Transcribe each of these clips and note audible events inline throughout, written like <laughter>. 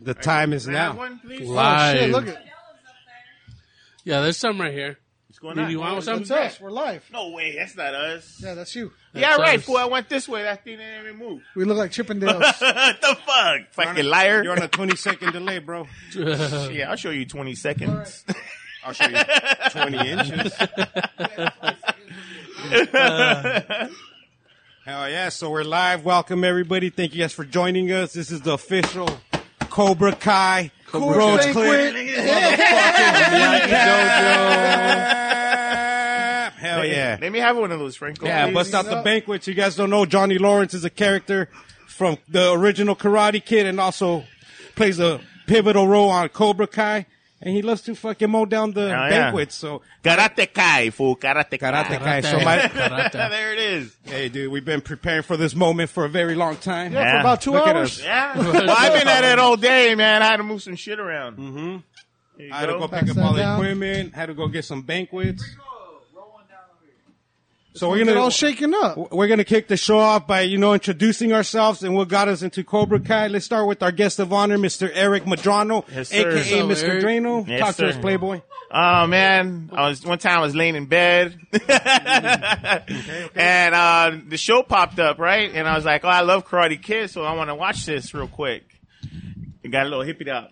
The time is Can I have now. one, please? Live. Oh, shit, look at Yeah, there's some right here. What's going Do on? you want some? that's us. We're live. No way, that's not us. Yeah, that's you. yeah, that's right, us. fool. I went this way. That thing didn't even move. We look like Chippendales. what <laughs> the fuck? Fucking liar. You're on a 20 second delay, bro. <laughs> yeah, I'll show you 20 seconds. <laughs> I'll show you <laughs> 20 <laughs> inches. Uh. Hell yeah. So we're live. Welcome, everybody. Thank you guys for joining us. This is the official Cobra Kai Cobra Roach Banquet. Clip Yankee Dojo. Hell yeah. Let me have one of those, Franco. Yeah, please. bust out the banquets. You guys don't know Johnny Lawrence is a character from the original Karate Kid and also plays a pivotal role on Cobra Kai. And he loves to fucking mow down the Oh, yeah. banquets. So Karate Kai, fool. Karate Kai. Karate Kai. So Karate. my, Karate. there it is. hey, dude, we've been preparing for this moment for a very long time. Yeah, for Yeah. about two Look at hours. Yeah. well, I've been at it all day, man. I had to move some shit around. Mm-hmm. I had to go go. pick up Upside all the down. equipment. Had to go get some banquets. So we're We're gonna all shaken up. We're going to kick the show off by, you know, introducing ourselves and what got us into Cobra Kai. Let's start with our guest of honor, Mr. Eric Madrano, Yes, sir. aka So, Mr. Eric. Drano. Yes, Talk to sir. us, Playboy. Oh man, I was one time I was laying in bed, <laughs> and uh, the show popped up right, and I was like, "Oh, I love Karate Kid, so I want to watch this real quick." It got a little hippied out,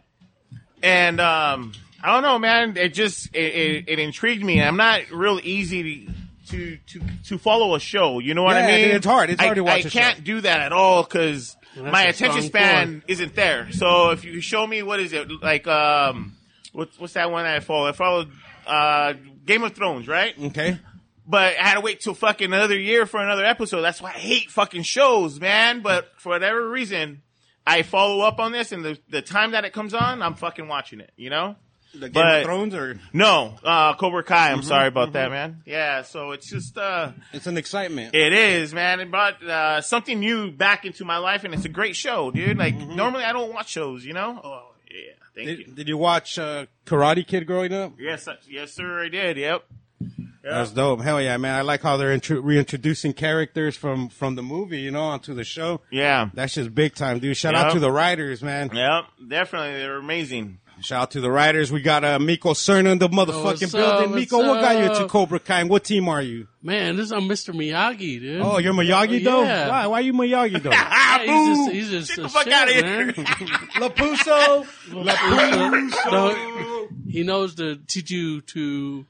and um, I don't know, man. It just it, it, it intrigued me. I'm not real easy to to to follow a show. You know what I Yeah, mean? dude, it's hard. It's I- hard to watch I a show. can't do that at all because my a attention strong span isn't there. So if you show me what is it like, um, what, what's that one I follow? I followed uh, Game of Thrones, right? Mm-hmm. Okay. But I had to wait till fucking another year for another episode. That's why I hate fucking shows, man. But for whatever reason, I follow up on this, and the the time that it comes on, I'm fucking watching it. You know. The Game But- of Thrones, or Mm-hmm. No, uh, Cobra Kai. I'm sorry about that, man. Yeah, so it's just uh, it's an excitement. it is, man. It brought uh, something new back into my life, and it's a great show, dude. Like normally I don't watch shows, you know. Oh yeah, thank you. Mm-hmm. did, did you watch uh, Karate Kid growing up? Yes, I- yes, sir. I did. Yep. That's dope. Hell yeah, man. I like how they're intro- reintroducing characters from, from the movie, you know, onto the show. Yeah. That's just big time, dude. Shout out Yeah. to the writers, man. Yep. Definitely, they're amazing. Shout out to the writers. We got uh, Miko Cerna in the motherfucking what's up? building. Miko, What's what got you into up? Cobra Kai? And what team are you? Man, this is I'm Mr. Miyagi, dude. Oh, you're Miyagi though. Yeah. Why? Why you Miyagi though? Yeah, Ah, he's just, boo! he's just Get a the fuck shit, outta here. man. <laughs> Lapuso. No, he knows to teach you to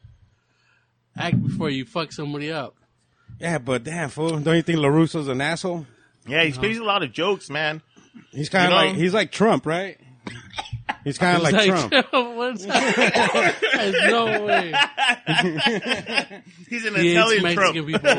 act before you fuck somebody up. <laughs> Yeah, but damn fool, don't you think Larusso's an asshole? Yeah, he's plays a lot of jokes, man. He's kind of You know- like he's like Trump, right? He's kind of like, <laughs> Trump. what's There's no way. He's an He hates Italian Mexican Trump. people. <laughs>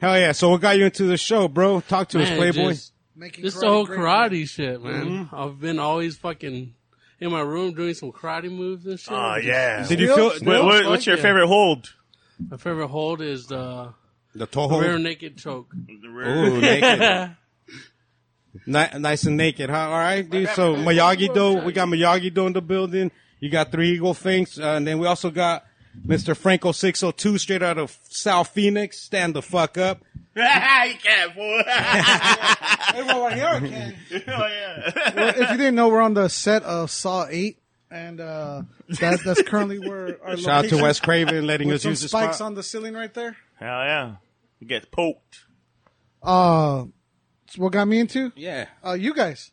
Hell yeah! So what got you into the show, bro? Talk to us, Man, Playboy. just- Making This the whole great. karate shit, man. Mm-hmm. I've been always fucking in my room doing some karate moves and shit. Oh yeah. Did you feel What- what- what's your favorite hold? My favorite hold is the the rear toho? naked choke. Ooh, <laughs> naked. Ni- nice and naked, huh? All right, dude. So Miyagi Do, we got Miyagi Do in the building. You got three Eagle Finks, uh, and then we also got Mr. Franco six hundred two, straight out of South Phoenix. Stand the fuck up. you can't, fool. Everyone right here can. <laughs> oh yeah. <laughs> Well, if you didn't know, we're on the set of Saw Eight, and uh, that, that's currently where our <laughs> Shout out to location- Wes Craven letting with us some use the spikes spot. on the ceiling right there. Hell yeah. You get poked. Uh, it's what got me into? yeah. Uh, you guys.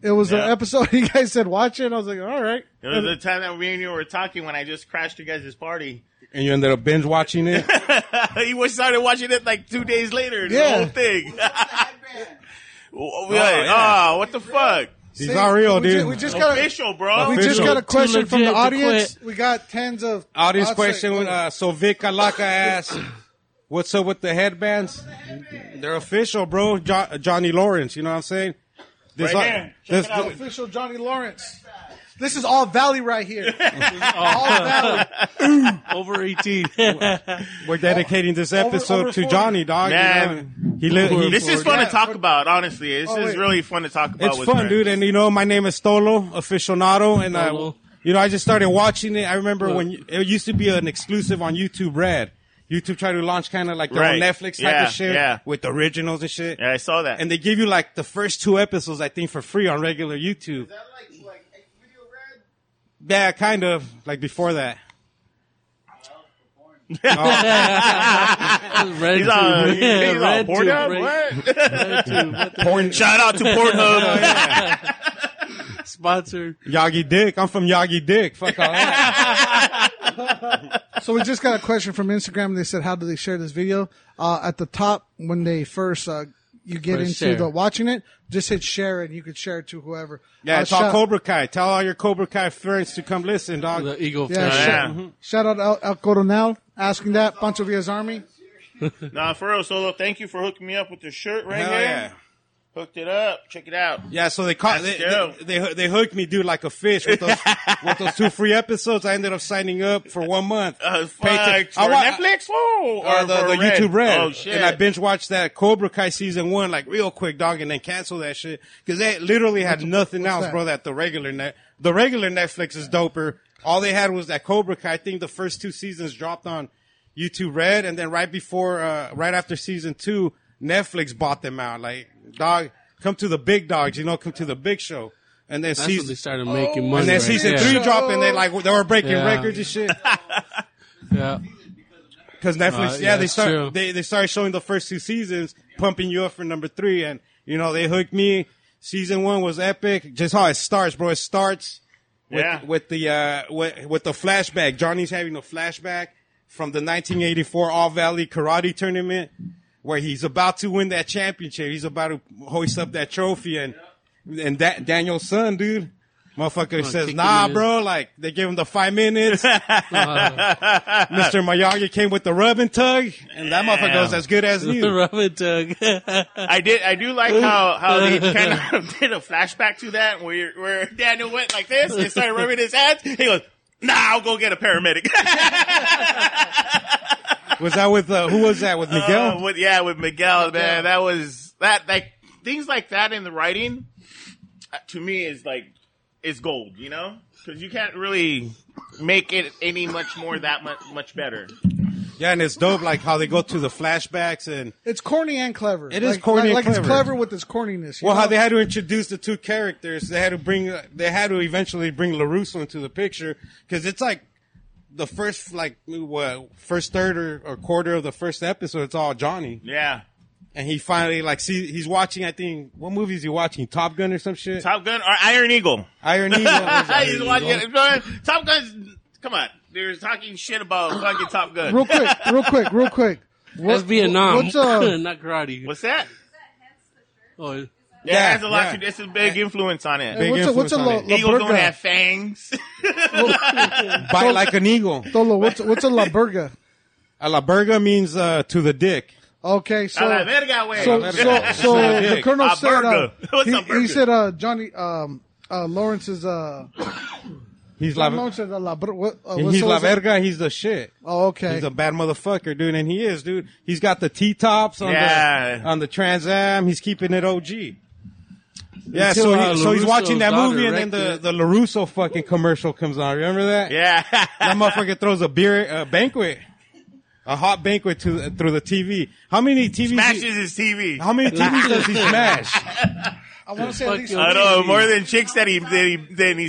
It was an Yeah. episode <laughs> you guys said watch it. I was like, all right. It was the time that me and you were talking when I just crashed you guys' party. And you ended up binge watching <laughs> it. <laughs> he was started watching it like two days later. The Yeah. whole thing. <laughs> oh, yeah. oh, what the fuck? He's See, not real, we ju- dude. we just got a, Official, bro. we just Official. got a Too question from the legit to audience. We got tens of Audience I'd say- question. Uh, so Vic Kalaka asked, "What's up with the headbands? They're official, bro. Jo- Johnny Lawrence. You know what I'm saying? This, Right here. Check this- <laughs> it out. official Johnny Lawrence. This is all Valley <laughs> right here. all Valley. Over 18. We're dedicating <laughs> this episode over to 40. Johnny, dog. you Man. know? he li- he- This is fun Yeah, to talk what- about, honestly. This Oh, is wait. really fun to talk about. It's with fun, friends. dude. And you know, my name is Stolo Aficionado, and I, Stolo. you know, I just started watching it. I remember Look. when you- it used to be an exclusive on YouTube Red. YouTube tried to launch kind of like their own Right. Netflix type Yeah, of shit yeah. with originals and shit. Yeah, I saw that. And they give you like the first two episodes, I think, for free on regular YouTube. that like like X video red? Oh, Yeah, kind of like before that. <laughs> Oh. Red Oh. he's on, tube. he's on Red tube, Pornhub? right? <laughs> What? Red tube. What the Porn Shout out to Pornhub. <laughs> sponsor? Yagi Dick. I'm from Yagi Dick. Fuck all that. So we just got a question from Instagram. and They said, "How do they share this video?" Uh, at the top, when they first uh, you get Press into share. the watching it, just hit share and you could share it to whoever. Yeah, Uh, it's all shout- Cobra Kai. Tell all your Cobra Kai friends to come listen, dog. The Eagle Yeah, Fest. Oh, shout, Mm-hmm. Mm-hmm. yeah. shout out El, El Coronel asking that Pancho Villa's army. <laughs> nah, for real, Solo, thank you for hooking me up with the shirt right Hell here. yeah. Hooked it up. Check it out. Yeah, so they caught they, Let's they, they go. hoo- they hooked me, dude, like a fish with those with those two free episodes. I ended up signing up for one month. Uh, fuck, Patreon. for I wa- Netflix? Whoa. Or, or Uh, the, for the YouTube Red. Oh, shit. And I binge watched that Cobra Kai season one like real quick, dog, and then cancel that shit because they literally had nothing else, that? bro. That the regular net, the regular Netflix is doper. All they had was that Cobra Kai. I think the first two seasons dropped on YouTube Red, and then right before, uh, right after season two, Netflix bought them out. Like, dog, come to the big dogs, you know, come to the big show. And then That's when they season. started Oh, making money. And then right season there. three dropped, and they like they were breaking Yeah. records and <laughs> shit. Yeah. Because Netflix, Uh, yeah, yeah, they it's true. start they, they started showing the first two seasons, pumping you up for number three, and you know they hooked me. Season one was epic, just how it starts, bro. It starts with Yeah. with the uh with, with the flashback. Johnny's having a flashback from the 1984 All Valley Karate Tournament, where he's about to win that championship. He's about to hoist up that trophy, and and that Daniel's son, dude. Oh, Motherfucker says, kick nah, him in." bro, like, they give him the five <laughs> minutes. Mr. Miyagi came with the rub and tug, and that motherfucker Damn. goes as good as The <laughs> new. <laughs> rub and tug. I did. I do like how how they kind of <laughs> did a flashback to that where where Daniel went like this and started rubbing his hands. He goes, "Nah, I'll go get a paramedic." <laughs> Was that with uh, who was that with Uh, Miguel? with, yeah, with Miguel, man, that was that like things like that in the writing. uh, To me, is like is gold, you know, because you can't really make it any much more that much much better. yeah, and it's dope like how they go to the flashbacks and It's corny and clever. It is Like- corny and like, like it's clever. clever with its corniness. you well how know? they had to introduce the two characters. They had to bring uh, they had to eventually bring Larusso into the picture because it's like the first like what first third or, or quarter of the first episode. It's all Johnny, Yeah, and he finally like see he's watching. I think what movie is he watching? Top Gun or some shit. Top Gun or Iron Eagle. <laughs> Iron Eagle. He's watching it. Top Gun's. Come on, they're talking shit about fucking Top Gun. real quick, real quick, real quick. What, That's Vietnam. What's uh, <laughs> Not karate. What's that? oh, Yeah, Yeah, it has a lot yeah. to do. It's a big influence on it. Big what's a, what's a influence la, on la Eagles don't burga? have <laughs> fangs. Bite like an eagle. Dolo, what's what's a la burga? A la burger means uh, to the dick. Okay, so A la verga, güey. So, Let it so, <laughs> go. so Let it the go. colonel A said, uh, <laughs> burger. What's he, a burger? he said, uh, Johnny, um, uh, Lawrence is, uh, <coughs> He's like Lawrence is, uh, la, br- what, uh, what's- he's la what's it? verga. He's the shit. Oh, okay. He's a bad motherfucker, dude, and he is, dude. He's got the T tops on Yeah. the on the Trans Am. He's keeping it OG. Yeah, Until, so he, uh, so he's watching that LaRusso's movie, and daughter then the wrecked the Larusso fucking commercial comes on. Remember that? yeah. <laughs> That motherfucker throws a beer a banquet, a hot banquet to through the TV. How many TVs? Smashes his TV. How many TVs does <laughs> he smash? I want to say at Fuck least, you. I know more than chicks that he that he, that he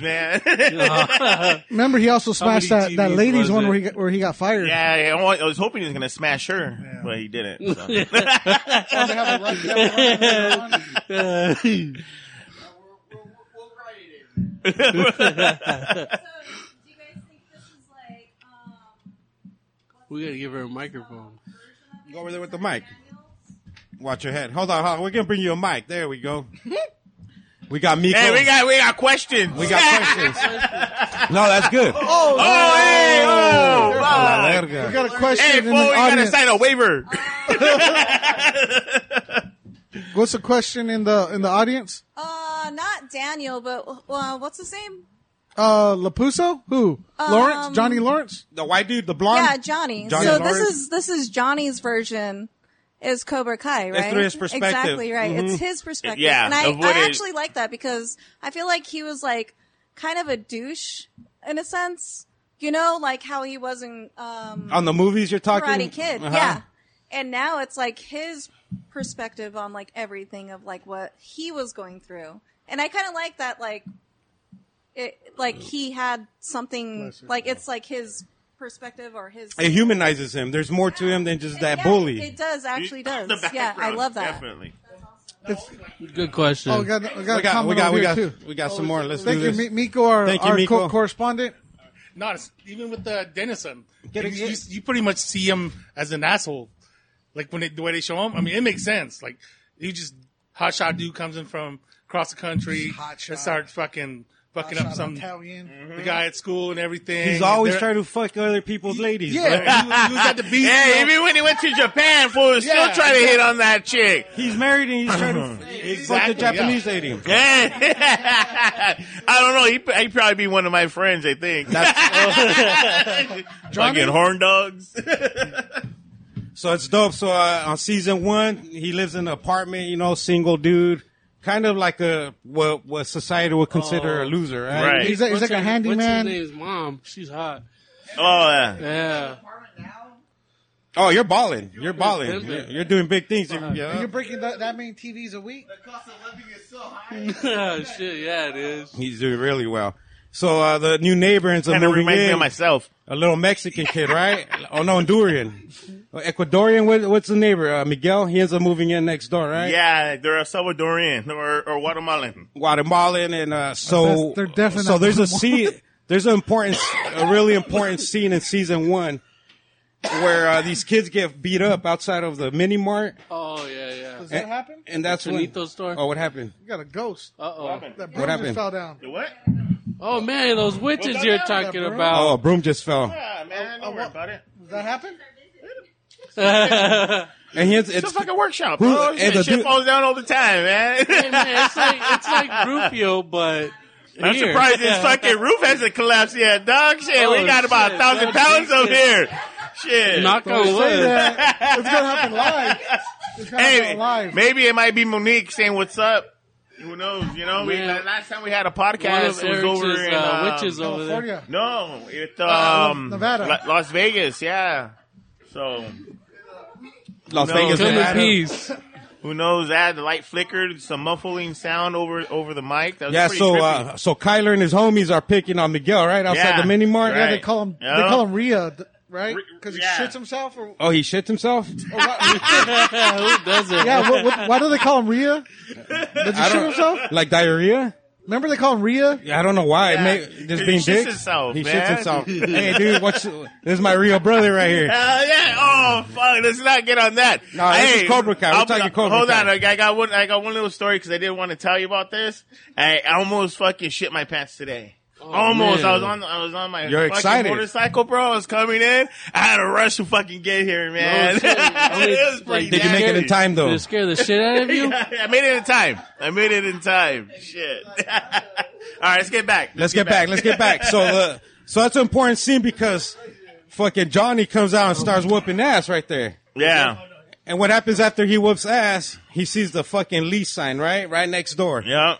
<laughs> man. <laughs> remember he also smashed many that, that TVs ladies was one it? where he got, where he got fired. yeah, I wa- I was hoping he was gonna smash her, but he <laughs> didn't. so. Oh, they have a right- they have a right- Uh, we're, we're, we're, we'll write it in. So, do you guys think this is like, um, we gotta give her a microphone. Go over there with the mic. Watch your head. Hold on, hold on. we're gonna bring you a mic. There we <laughs> go. We got Miko. hey, we got we got questions. We got questions. <laughs> no, that's good. <laughs> oh, hey, oh, Ah, fuck. La we verga. got a question hey, in fool, the we gotta audience. sign a <laughs> waiver. <laughs> What's the question in the, in the audience? uh, not Daniel, but uh, what's his name? Uh, Lapuso? Who? Lawrence? Johnny Lawrence? The white dude, the blonde. Yeah, Johnny. Johnny so Lawrence. this is this is Johnny's version. Is Cobra Kai right? It's through his perspective. Mm-hmm. Exactly right. It's his perspective. Yeah, and I, of what I it- actually like that because I feel like he was like kind of a douche in a sense. You know, like how he was in um, On the movies you're talking? Karate Kid. Uh-huh. Yeah. And now it's like his perspective on like everything of like what he was going through. And I kind of like that like it like he had something like it's like his perspective or his It humanizes him. There's more to him than just that Yeah, bully. It does actually does. The yeah, I background, love that. Definitely. Good question. Oh, we got, we got, we a got, comment we got, over we here, got, too. we got some more. Let's Thank do you, this. Mi- Miko, our, Thank you, our Miko. co- correspondent. Not as- even with uh, Dennison. Get it- you, you, you pretty much see him as an asshole. Like when they, the way they show him, I mean, it makes sense. Like you just hot shot dude comes in from across the country, Hot and shot. starts fucking fucking up Shot some Italian. Mm-hmm. the guy at school and everything. He's always They're- trying to fuck other people's ladies. Yeah, bro. he, was- he was at <laughs> <laughs> the beach. Yeah, you know? even when he went to Japan, fool, was Yeah. still trying to hit on that chick. He's married and he's <laughs> trying to he's fuck the Exactly, yeah. Japanese lady. <laughs> Yeah. <laughs> I don't know. He, pr- he'd probably be one of my friends, I think. uh, <laughs> Fucking horn dogs. So it's dope. So uh, on season one, he lives in an apartment, you know, single dude, kind of like a what what society would consider a loser, right? Oh. Right. He's, a, he's like What's a her- What's his handyman. name's mom? She's hot. Oh, yeah. Yeah. Oh, you're balling. You're balling. pimping. You're, you're doing big things. Uh-huh. You- You're yeah. breaking that, that many TVs a week? The cost of living is so high. oh, shit. Yeah, <laughs> it is. He's doing really well. So uh, the new neighbor ends up Kind of moving reminds me in, of myself. a little Mexican kid, right? oh no, Honduran, Ecuadorian. What, what's the neighbor? Uh, Miguel. He ends up moving in next door, right? Yeah, they're a Salvadorian or, or Guatemalan. Guatemalan, and uh, so That's- they're definitely so. not <laughs> There's a Guatemalan. scene. There's an important, a really important scene in season one where uh, these kids get beat up outside of the mini mart, Oh, yeah, yeah. Does that happen? and that's when. Chinito store. Oh, what happened? You got a ghost. Uh oh. That broom just happened? fell down. The what? Oh man, those witches Well, you're that- talking that broom. Oh, a about. broom just <laughs> fell, Yeah, man, don't worry about it. Does that happen? and he ends, It's it's a fucking workshop. Bruce- bro. and the shit dude- falls down all the <laughs> time, Hey, man. man, it's like it's like <laughs> Rufio, but I'm here. surprised this fucking roof hasn't collapsed yet, dog. Shit, Oh, we got about a shit, thousand God, pounds over Jesus. here. Shit. Knock on Don't say wood. that. It's gonna happen live. It's gonna Hey, happen <laughs> live. maybe it might be Monique saying what's up. Who knows? You know, we, Man. last time we had a One podcast of it was over Eric's in uh, um, witches over there. California. Uh, No, it Uh, um, Nevada. La- Las Vegas. Yeah. So Las No, Vegas, come in Come in Nevada. peace. who knows? That the light flickered, some muffling sound over over the mic. That was Yeah, pretty so trippy. uh, so Kyler and his homies are picking on Miguel right outside Yeah, the mini mart. Yeah, right. they call him. Yeah. They call him Ria, th- right? Because he yeah. shits <laughs> himself. Or, or Oh, he shits himself. why, Who does it? yeah. What, what, why do they call him Ria? Did he shit himself? Like diarrhea. Remember they call him Ria? Yeah, I don't know why. Yeah. May, just He being shits dick. himself, he shits man. <laughs> himself. hey, dude, what's this? Is my real brother right here? Hell yeah! Oh fuck! Let's not get on that. No, this is Cobra Kai. We're I'll be- talking Cobra Hold Kai. on, I got one. I got one little story because I didn't want to tell you about this. I almost fucking shit my pants today. Oh, almost. man. I was on. I was on my You're fucking excited. motorcycle, <laughs> bro. I was coming in. I had to rush to fucking get here, man. <laughs> shit. I mean, it was like, pretty. Did you nasty. make it in time Did though? it scare the shit out <laughs> of you? I made it in time. I made it in time. Shit. All right, let's get back. Let's get back. Let's get back. <laughs> So, uh, so that's an important scene because fucking Johnny comes out and starts whooping ass right there. Yeah. And what happens after he whoops ass? He sees the fucking lease sign right, right next door. Yeah.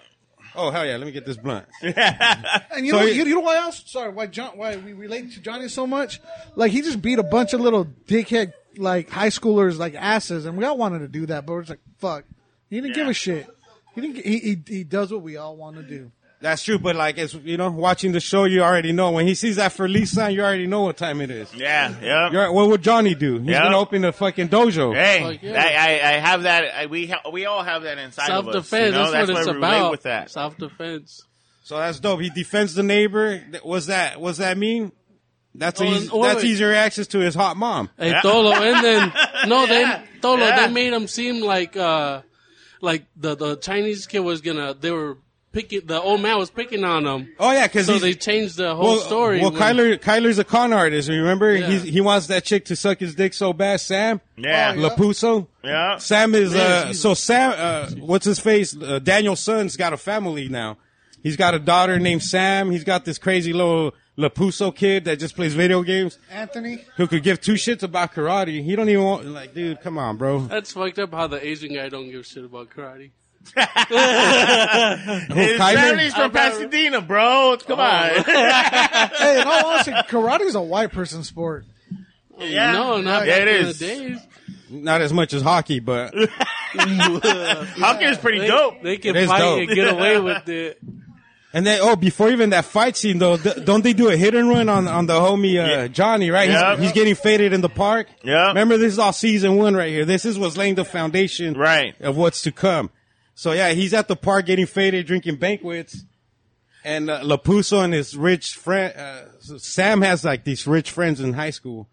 Oh hell yeah! Let me get this blunt. And you So know, he- you, you know why else? Sorry, why John? Why we relate to Johnny so much? Like he just beat a bunch of little dickhead like high schoolers like asses, and we all wanted to do that, but we're just like, fuck. He didn't give a shit. He didn't. He he, he does what we all want to do. That's true, but like it's you know, watching the show, you already know when he sees that for lease sign, you already know what time it is. Yeah. Yeah. You're, what would Johnny do? He's Yeah. gonna open a fucking dojo. Hey, Like, yeah. I, I, I have that. I, we ha- we all have that inside Self of us. defense. you know? That's, what why it's we relate about. With that, Self defense. So that's dope. He defends the neighbor. Was that was that mean? That's Oh, easy, and- oh, that's wait. easier access to his hot mom. Hey, <laughs> Tolo, and <laughs> then no, they Tolo, Yeah. they made him seem like uh, like the the Chinese kid was gonna. They were picking the old man was picking on him, Oh yeah, because so they changed the whole story. Well, when- Kyler Kyler's a con artist. Remember, Yeah. He's, he wants that chick to suck his dick so bad. Sam Yeah. Oh, Lapuso. <laughs> <laughs> yeah. Sam is Man, uh, she's- so Sam. Uh, what's his face? Uh, Daniel's son's got a family now. He's got a daughter named Sam. He's got this crazy little Lapuso kid that just plays video games Anthony, who could give two shits about <laughs> karate. He don't even want like, dude, come on, bro. That's fucked up. How the Asian guy don't give a shit about karate. His Kaiser? family's from Pasadena, bro. Come Oh. <laughs> on. hey, in all honesty, karate is a white person sport. yeah. No, not Yeah, back it in the is. <laughs> days. Not as much as hockey, but Hockey is pretty They, dope. they can It is fight dope. and get away with <laughs> it. and then oh, before even that fight scene though, th- don't they do a hit and run on on the homie uh, Yeah. Johnny? Right, Yeah. he's, he's getting faded in the park. Yeah. remember this is all season one right here. This is what's laying the foundation Right. of what's to come. So yeah, he's at the park getting faded, drinking banquets, and uh, Lapuso and his rich friend uh, Sam has like these rich friends in high school,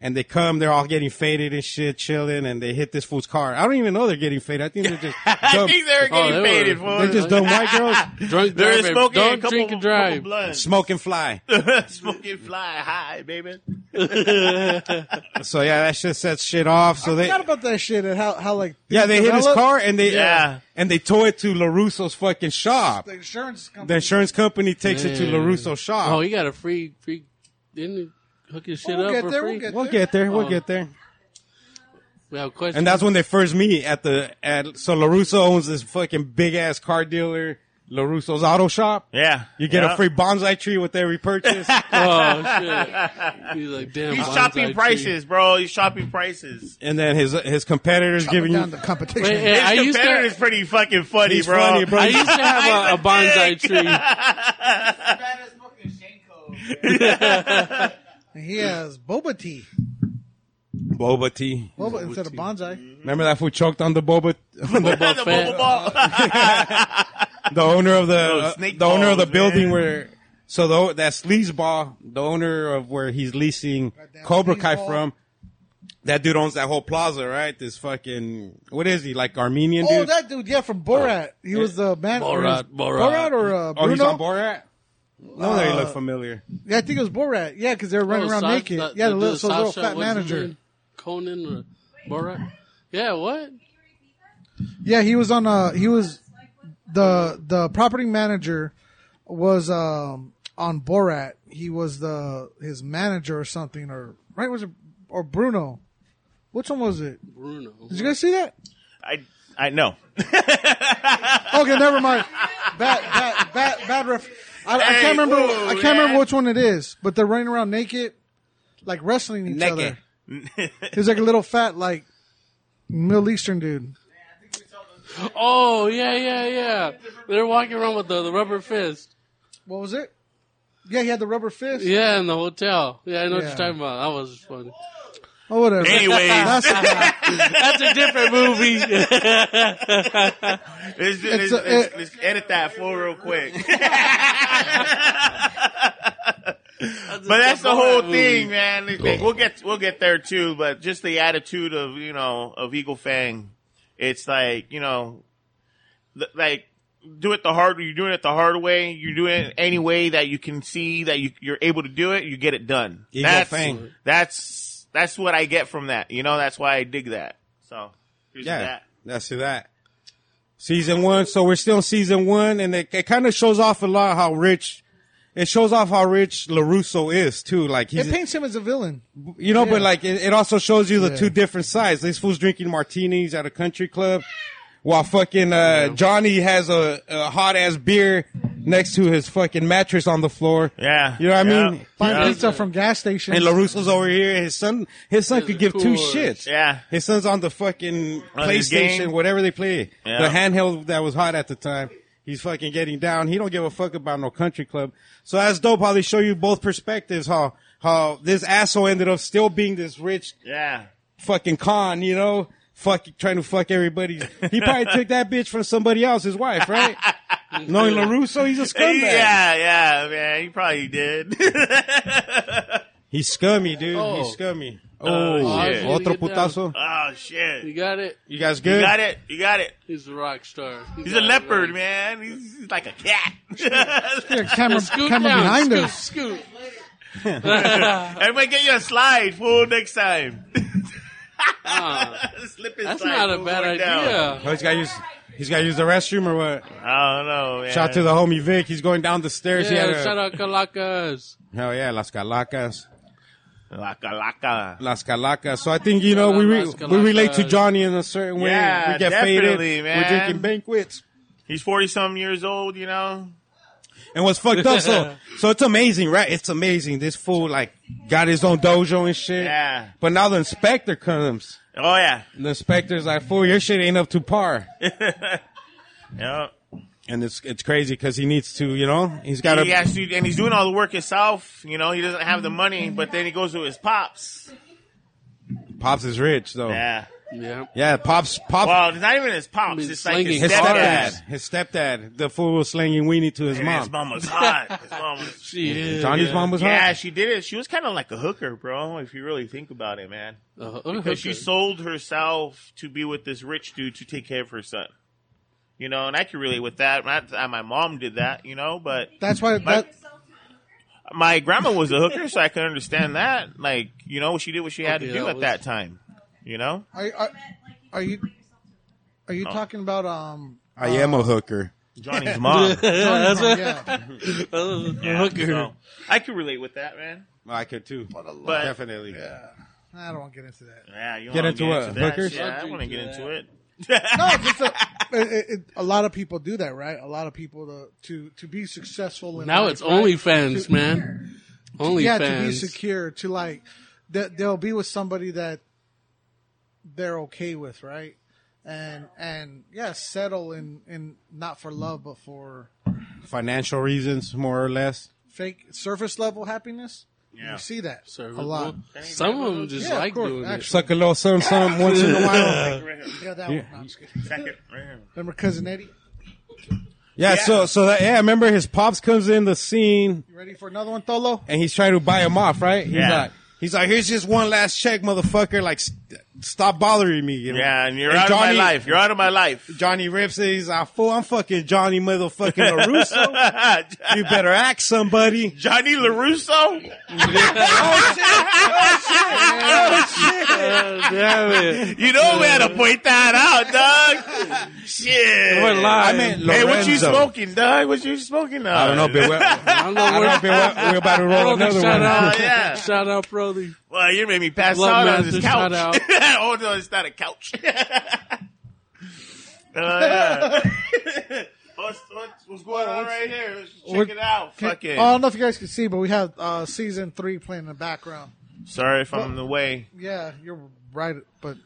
and they come, they're all getting faded and shit, chilling, and they hit this fool's car. I don't even know they're getting faded. I think they're just I dumb, think they're getting they were- faded for they're just dumb white girls Drunk They're driving. smoking a Don't couple, drink and drive. couple blunts. smoking fly. smoking fly high, baby. <laughs> So yeah, that shit sets shit off. So I they forgot about that shit and how, how like yeah they hit his developed. car and they Yeah. yeah. and they tow it to Larusso's fucking shop. The insurance company. The insurance company takes it to Man. Larusso's shop. Oh, he got a free free. Didn't he hook his shit We'll up get for there, free? we'll get We'll get there. We'll Oh. get <laughs> there. We have questions. And that's when they first meet at the at. So Larusso owns this fucking big ass car dealer, Larusso's auto shop. Yeah. You get Yeah. a free bonsai tree with every <laughs> purchase. oh shit. He's like, damn. He's bonsai shopping tree. prices, bro. He's <laughs> shopping prices. and then his his competitors Chopping giving down you. the competition. Wait, yeah, His I used competitor to. is pretty fucking funny, He's bro. funny, bro. I used to <laughs> have a, a bonsai tree. Badass smoking Shenko. He has boba tea. boba tea. Boba instead of bonsai. Remember that fool choked on the boba, <laughs> on <laughs> <laughs> the, <laughs> the Buffet. bubble ball. the owner of the uh, snake the owner of the balls, building man. where. So the, that's Lee's ball, the owner of where he's leasing Goddamn Cobra sleazeball. Kai from. That dude owns that whole plaza, right? This fucking what is <laughs> he like Armenian <laughs> Oh, dude? that dude, yeah, from Borat. He was the man. Borat, Borat. Borat or uh, oh, he's on Bruno? Borat. No, they look familiar. yeah, I think it was Borat. Yeah, because they were running Oh, around Sas- naked. the- yeah, the, the little, dude, so little Sasha, fat what's his manager. name? Conan or Borat. Yeah, what? Yeah, he was on. Uh, he was the the property manager was um on Borat. He was the his manager or something or right was it or Bruno? Which one was it? Bruno. Did you guys see that? I I know. Okay, never mind. Bad, bad, bad, bad ref. I, I Hey, can't remember. whoa, I can't man. remember which one it is. But they're running around naked, like wrestling each Naked. other. He's like a little fat, like Middle Eastern dude. Oh yeah, yeah, yeah. They're walking around with the, the rubber fist. What was it? Yeah, he had the rubber fist. Yeah, in the hotel. Yeah, I know what Yeah. you're talking about. That was funny. Oh, whatever. Anyways. <laughs> That's- <laughs> That's a different movie. <laughs> Let's, It's let's, let's- a- it- let's edit that full real quick. but that's the whole thing, man. Like, <laughs> We'll get we'll get there too. But just the attitude of you know of Eagle Fang, it's like you know, th- like do it the hard. You're doing it the hard way. You're doing it any way that you can see that you, you're able to do it. You get it done. Eagle that's, Fang. That's that's what I get from that. You know, that's why I dig that. So here's Yeah, that. that's that. Season one, so we're still in season one, and it, it kind of shows off a lot how rich. It shows off how rich Larusso is too. Like he's, it paints him as a villain. you know, but like it, it also shows you the Yeah. two different sides. This fool's drinking martinis at a country club, while fucking uh, Johnny has a, a hot ass beer next to his fucking mattress on the floor. Yeah. you know what I mean. Yeah. Buying Yeah. pizza from gas station. And Larusso's over here. His son, his son Yeah, could the give two coolers. shits. Yeah. His son's on the fucking On his PlayStation, game. whatever they play. The Yeah. handheld that was hot at the time. He's fucking getting down. He don't give a fuck about no country club. So that's dope how they show you both perspectives. How how this asshole ended up still being this rich Yeah. fucking con, you know, fuck trying to fuck everybody. He probably took that bitch from somebody else, his wife, <laughs> right? Knowing Larusso, he's a scumbag. Yeah, yeah, man. You probably did. <laughs> He's scummy, dude. Oh. He's scummy. Oh, shit. otro Get down. putazo. oh shit. you You got it. You guys good? got it. You got it. He's a rock star. You He's a got it, leopard, man. man. He's, he's like a cat. <laughs> Yeah, camera, Scoot camera down. behind scoot, us. Scoot. <laughs> Everybody get you a slide, fool, next time. <laughs> Slip and Ah, That's slide, not a fool, bad going down. idea. Oh, he's got to use. He's got to use the restroom or what? I don't know, man. Shout out to the homie Vic. He's going down the stairs. he had Yeah, a- shout out Calacas. Hell yeah, Las Calacas. Laka laka. Las Calacas. So I think, you know, we, re- Las we relate to Calacas. Johnny in a certain way. Yeah, we get definitely, faded. man. We're drinking banquets. He's forty something years old, you know. And what's fucked up, <laughs> so, so it's amazing, right? It's amazing. This fool, like, got his own dojo and shit. Yeah. But now the inspector comes. Oh yeah. And the inspector's like, fool, your shit ain't up to <laughs> par. Yeah. And it's, it's crazy because he needs to, you know, he's got to, He has to, and he's doing all the work himself. You know, he doesn't have the money, but then he goes to his pops. pops is rich though. Yeah. Yeah. Yeah, pops, pops, Well, it's not even his pops. mean, It's like his slinging. his stepdad. stepdad, his stepdad, the fool was slinging weenie to his And mom. his mom was hot. His mom was She is. Johnny's yeah. mom was Yeah, hot. she did it. She was kind of like a hooker, bro. If you really think about it, man, Uh, okay. because she sold herself to be with this rich dude to take care of her son. You know, and I can relate with that. My, I- my mom did that, you know, but That's why. That, my grandma was a hooker, so I can understand that. Like, you know, she did what she had Okay, to do that at was- that time. You know, are, are, are you are you talking about um? I am a hooker. <laughs> Johnny's mom. that's oh, right. yeah. <laughs> Yeah, hooker. so I can relate with that, man. I could too. But- Definitely. I don't want to get into that. Yeah, you don't Get wanna into what, that hookers? shit. I want to get into it. No, it's <laughs> just a, it, it, it- a lot of people do that, right? A lot of people to to, to be successful. In Now life, it's right? OnlyFans, man. OnlyFans. yeah to be secure to like that they'll be with somebody that they're okay with, right? And and yeah, settle in in not for love but for <laughs> Financial reasons, more or less. fake surface level happiness. Yeah. You see that Serviceable. a lot. Some of them just Yeah, of like course, doing actually. Suck a little something, something <laughs> once in a while. Right here. Yeah, that one. No, I'm just kidding. Back here. Right here. Remember cousin Eddie? Yeah, so so that yeah, I remember his pops comes in the scene You ready for another one, Tholo? and he's trying to buy him off, right? He's Yeah. like he's like, here's just one last check, motherfucker. Like st- stop bothering me. you know? Yeah, and you're And out of Johnny- my life. You're out of my life. Johnny rips it. He's like, fool, I'm fucking Johnny motherfucking LaRusso. <laughs> you better act somebody. Johnny LaRusso? God damn it. You know we had to point that out, dog. Shit. We're I live. meant Hey, what you Lorenzo. smoking, dog? What you smoking on? I don't know, but we're, I I don't know don't know, where. but we're, we're about to roll Brody, another shout one. out. Oh, <laughs> yeah. Shout out, Brody. Well, you made me pass Love out on Master, this couch. shout out. <laughs> oh, no, it's not a couch. <laughs> Oh, yeah. What's, what's, what's going on right here? Let's check What- it out. Can- Fucking. Oh, I don't know if you guys can see, but we have uh, season three playing in the background. Sorry if I'm in the way. Yeah, you're right, but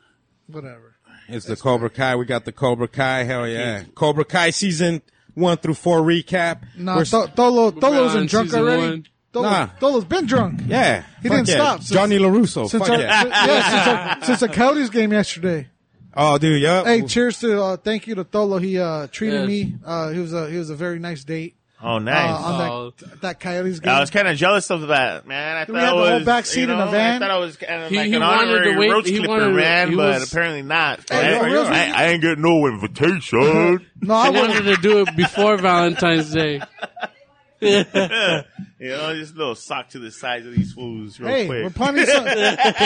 whatever. It's the Cobra Kai. We got the Cobra Kai. Hell yeah. Cobra Kai season one through four recap. No, We're- Th- Tholo, Tholo's on, been drunk season already. one. Tholo, Nah. Tholo's been drunk. yeah. He Fuck didn't yeah. stop since- Johnny LaRusso. Since Fuck our, yeah. yeah, since, our, since the Coyotes game yesterday. Oh, dude. Yup. Hey, cheers to uh, thank you to Tholo. He uh, treated Yes. me. Uh, he was a he was a very nice date Oh, uh, nice. on Oh. that that Coyotes game. I was <laughs> kind of jealous of that, man. I thought we had I the was, whole back seat you in the know, van. I thought I was kind of He- like he an wanted to honorary wait- road he clipper, wanted to- man, he but was- apparently not. Hey, man. no, really? I, I ain't get no invitation. Mm-hmm. no, I I was wanted to do it before Valentine's Day. Oh, you know, just a little sock to the sides of these fools, real Hey, quick. we're <laughs> <laughs> planning something.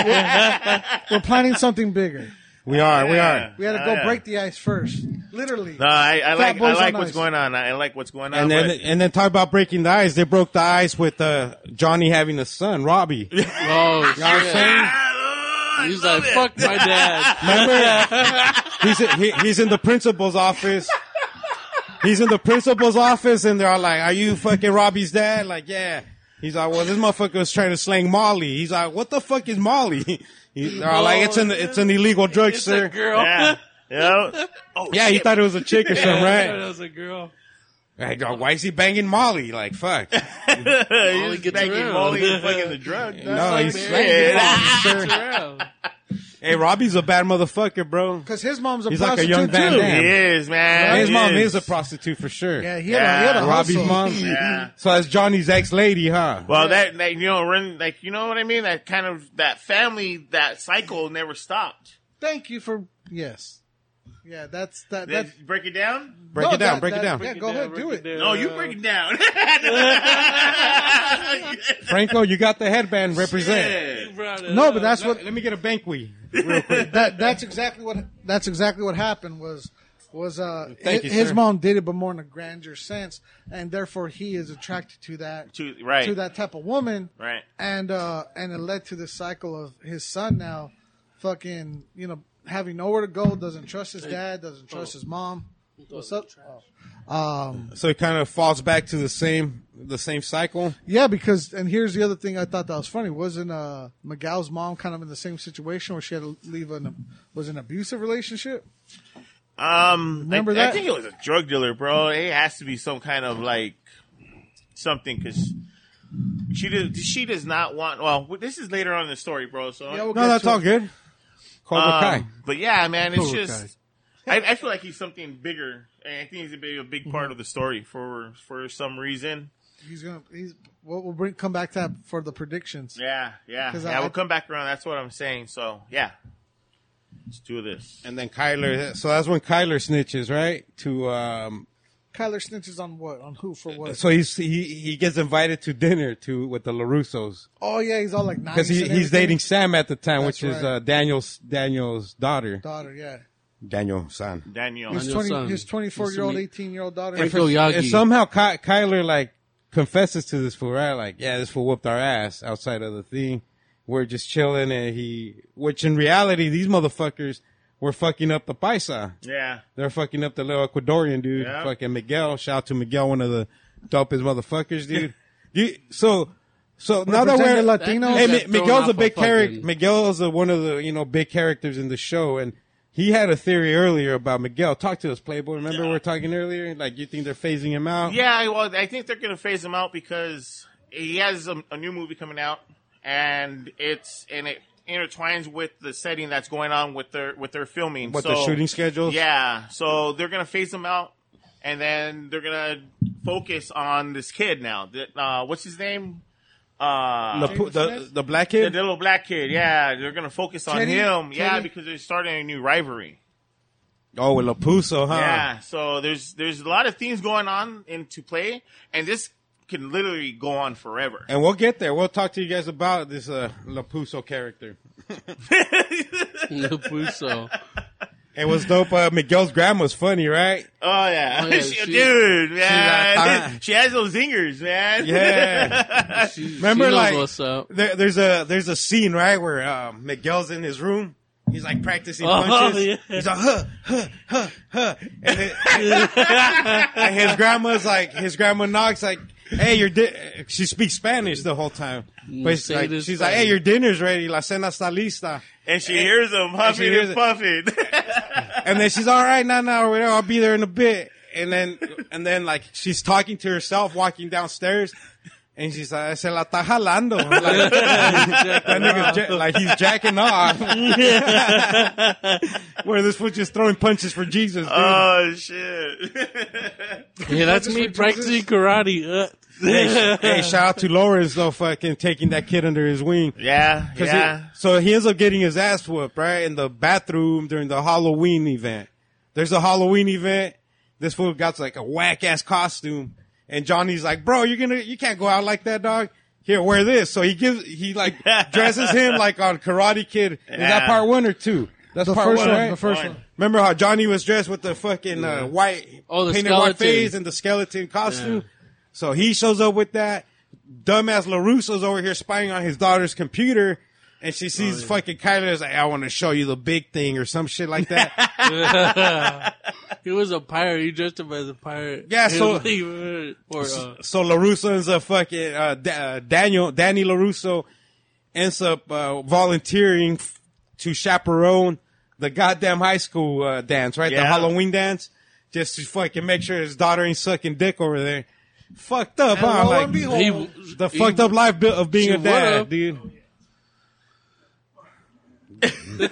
we're, we're planning something bigger. we are. We Yeah. are. We had to Oh, go yeah. break the ice first, literally. No, I, I like I Boys like on what's Ice. going on. I like what's going on. And then, but- and then talk about breaking the ice. They broke the ice with, uh, Johnny having a <laughs> son, Robbie. Oh, shit. Ah, I He's love like, it. fuck my dad. <laughs> <laughs> Remember? he's, he, he's in the principal's office. He's in the principal's office and they're all like, are you fucking Robbie's dad? Like, yeah. He's like, well, this motherfucker was trying to slang Molly. He's like, what the fuck is Molly? He, they're all like, it's an, it's an illegal drug, It's sir. a girl. Yeah. Yeah. <laughs> Oh, <laughs> Yeah, he shit. thought it was a chick or something, That right? was a girl. Like, uh, why is he banging Molly? Like, <laughs> fuck. He's gets making around. Molly and fucking the drug. No, he's slanging Shit. Molly, It's <laughs> sir. a girl. Hey, Robbie's a bad motherfucker, bro. Because his mom's a He's like a prostitute young Van too. Damme. He is, man. His He mom is a prostitute for sure. Yeah, he had a, he had a Yeah. Robbie's hustle. mom. Yeah. So that's Johnny's ex-lady, huh? Well, that, that you know, run like you know what I mean. That kind of that family, that cycle never stopped. Thank you for yes. Yeah, that's that. That, That's, break it <laughs> down. Break No, it down. that- break it that- down. yeah, go ahead, do it. No, you break it down. Franco, you got the headband. Represent. No, but that's what Let me get a banquet. <laughs> that that's exactly what that's exactly what happened was was uh Thank hi- you, his sir. mom did it but more in a grander sense and therefore he is attracted to that To- right. to that type of woman Right. and uh and it led to this cycle of his son now fucking you know having nowhere to go doesn't trust his dad doesn't Oh. trust his mom what's up Oh. Um, So it kind of falls back to the same the same cycle. Yeah, because and here's the other thing I thought that was funny wasn't uh Miguel's mom kind of in the same situation where she had to leave an was an abusive relationship. Um, Remember I, I that? think it was a drug dealer, bro. It has to be some kind of like something because she did, she does not want. Well, this is later on in the story, bro. So Yeah, we'll No, get that's to all it. good. Cobra Um, Kai. But yeah, man, it's Cobra just. I, <laughs> I feel like he's something bigger, and I think he's a big, a big Mm-hmm. part of the story for for some reason. He's gonna he's we'll, we'll bring come back to that for the predictions. Yeah, yeah. 'Cause yeah I- we'll come back around. That's what I'm saying. So yeah, let's do this. And then Kyler. So that's when Kyler snitches, right? To um, Kyler snitches on what on who for what? so he's he he gets invited to dinner to with the Larussos oh yeah, he's all like nice because he, and he's everything. dating Sam at the time, That's which is right. uh, Daniel's Daniel's daughter, daughter. Yeah, Daniel son. Daniel, his your twenty son. his twenty four year old, Mr. Mi- eighteen year old daughter. Franco Yagi. And somehow Ky- Kyler like confesses to this fool, right? Like, yeah, this fool whooped our ass outside of the thing. We're just chilling, and he, which in reality, these motherfuckers were fucking up the paisa. yeah, They're fucking up the little Ecuadorian dude, Yeah. fucking Miguel. Shout out to Miguel, one of the dopest motherfuckers, dude. <laughs> you, so, so now that we're Represented Latino. hey, That Mi- got thrown Miguel's off a a big character. fucking- Miguel's a, one of the you know big characters in the show, and he had a theory earlier about Miguel. Talk to us, Playboy. Remember we were talking earlier? Like you think they're phasing him out? yeah. Well, I think they're gonna phase him out because he has a, a new movie coming out, and it's and it intertwines with the setting that's going on with their with their filming. What so, the shooting schedules? Yeah, so they're gonna phase him out, and then they're gonna focus on this kid now. Th- Uh, what's his name? Uh, the po- the, the black kid. the little black kid. Yeah, they're gonna focus on Teddy? him. Yeah, Teddy? because they're starting a new rivalry. Oh, with Lapuso, huh? Yeah, so there's there's a lot of things going on into play, and this can literally go <laughs> on forever. And we'll get there. We'll talk to you guys about this uh, Lapuso character. Lapuso. It was dope. Uh, Miguel's grandma's funny, right? <laughs> Oh yeah, Oh, yeah, <laughs> She- she- dude, got man, time. she has those zingers, man. Yeah. She, Remember, she knows like- what's up. There, there's a there's a scene right where uh, Miguel's in his room. He's like practicing Oh, punches. yeah. He's like huh huh huh huh, and, then, <laughs> and his grandma's like his grandma knocks like, hey your di-. she speaks Spanish the whole time, but she's, say like, this she's like hey Spanish. your dinner's ready la cena está lista, <laughs> and she hears them huffing and, hears it. puffing. and then she's all right now now or whatever I'll be there in a bit, and then and then like she's talking to herself walking downstairs. And she's like, se la está jalando. <laughs> Like, <laughs> that nigga's ja- like, he's jacking off. Where this fool just throwing punches for Jesus, dude. oh shit! Yeah, that's me practicing karate. Uh, hey, <laughs> sh- hey, shout out to Lawrence though, fucking taking that kid under his wing. yeah, 'Cause he- yeah. so he ends up getting his ass whooped, right? In the bathroom during the Halloween event. There's a Halloween event. This fool got like a whack ass costume. And Johnny's like, bro, you're gonna, you can't go out like that, dog. Here, wear this. So he gives, he <laughs> like dresses him like on Karate Kid. Is that Yeah. part one or two? That's The part first one, one, right? the first Fine. one. Remember how Johnny was dressed with the fucking uh, white Oh, the painted white skeleton. face and the skeleton costume? Yeah. So he shows up with that. Dumbass LaRusso's over here spying on his daughter's computer. And she sees Oh, fucking Kyler's like, I want to show you the big thing or some shit <laughs> like that. <laughs> he was a pirate. He dressed up as a pirate. <laughs> Yeah, He so- was like, or, uh, so LaRusso ends up fucking, uh, da- uh, Daniel, Danny LaRusso ends up, uh, volunteering f- to chaperone the goddamn high school, uh, dance, right? The Yeah. Halloween dance. Just to fucking make sure his daughter ain't sucking dick over there. Fucked up, huh? lo and Like, behold, he, the he- fucked up life built of being She a dad, would've. dude.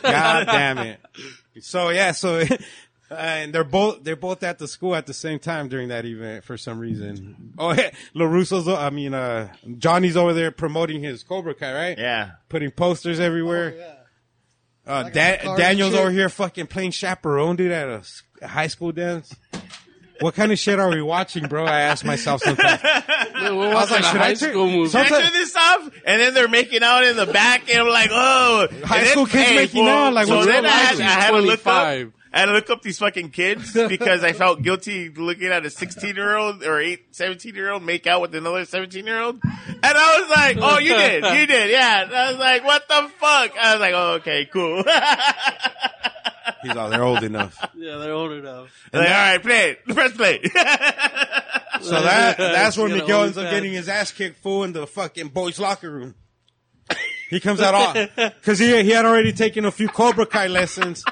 God damn it. So yeah, so <laughs> and they're both they're both at the school at the same time during that event for some reason. Oh, <laughs> yeah, Larusso's. I mean, uh, Johnny's over there promoting his Cobra Kai, right? Yeah, Putting posters everywhere. Uh, Oh, a car da- and Daniel's shit. over here fucking playing chaperone, dude, at a s- a high school dance. what kind of shit are we watching, bro? I ask myself sometimes. Man, we're watching like, a should I high turn- school movie. Some- picture this off, and then they're making out in the back, and I'm like, oh, High And then- school kids making out, like, so what's then wrong I had, with I you? had to look up. 25. I had to look up these <laughs> fucking kids because I felt guilty looking at a 16 year old or eight, 17 year old make out with another 17 year old. And I was like, oh, you did. <laughs> You did. Yeah. And I was like, what the fuck? I was like, oh, okay, cool. <laughs> He's all they're old enough. Yeah, they're older now. like, all right, play it. Press play. <laughs> So that that's when You know, Miguel ends up OnlyFans. getting his ass kicked full in the fucking boys' locker room. He comes out all because he he had already taken a few Cobra Kai lessons,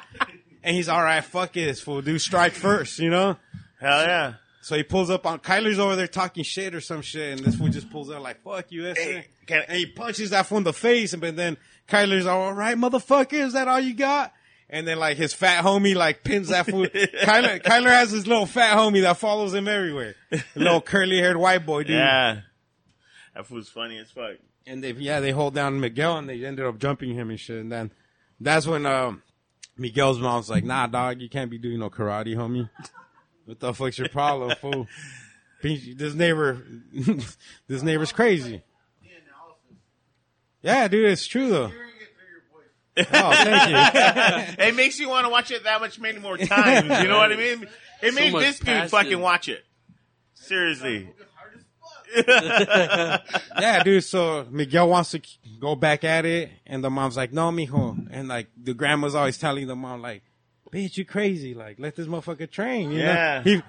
and he's all right. Fuck this fool, do strike first, you know. Hell yeah. So he pulls up on Kyler's over there talking shit or some shit, and this fool just pulls out like "fuck you," that's it. can- and he punches that fool in the face, and but then Kyler's all right, motherfucker, is that all you got? And then like his fat homie like pins that <laughs> fool. Kyler Kyler has his little fat homie that follows him everywhere, little curly haired white boy dude. Yeah. That fool's funny as fuck. And they yeah they hold down Miguel, and they ended up jumping him and shit. And then that's when um, Miguel's mom's like, "Nah, dog, you can't be doing no karate, homie. What the fuck's your problem, fool?" Be- This neighbor, <laughs> this neighbor's crazy. Yeah, dude, it's true though. Oh, thank you. <laughs> It makes you want to watch it that much many more times. You know what I mean? It made much this dude passion. fucking watch it. Seriously. <laughs> Yeah, dude. So Miguel wants to k- go back at it, and the mom's like, "No, mijo," and like the grandma's always telling the mom, like, "Bitch, you crazy? Like, let this motherfucker train." You Yeah. Know? He,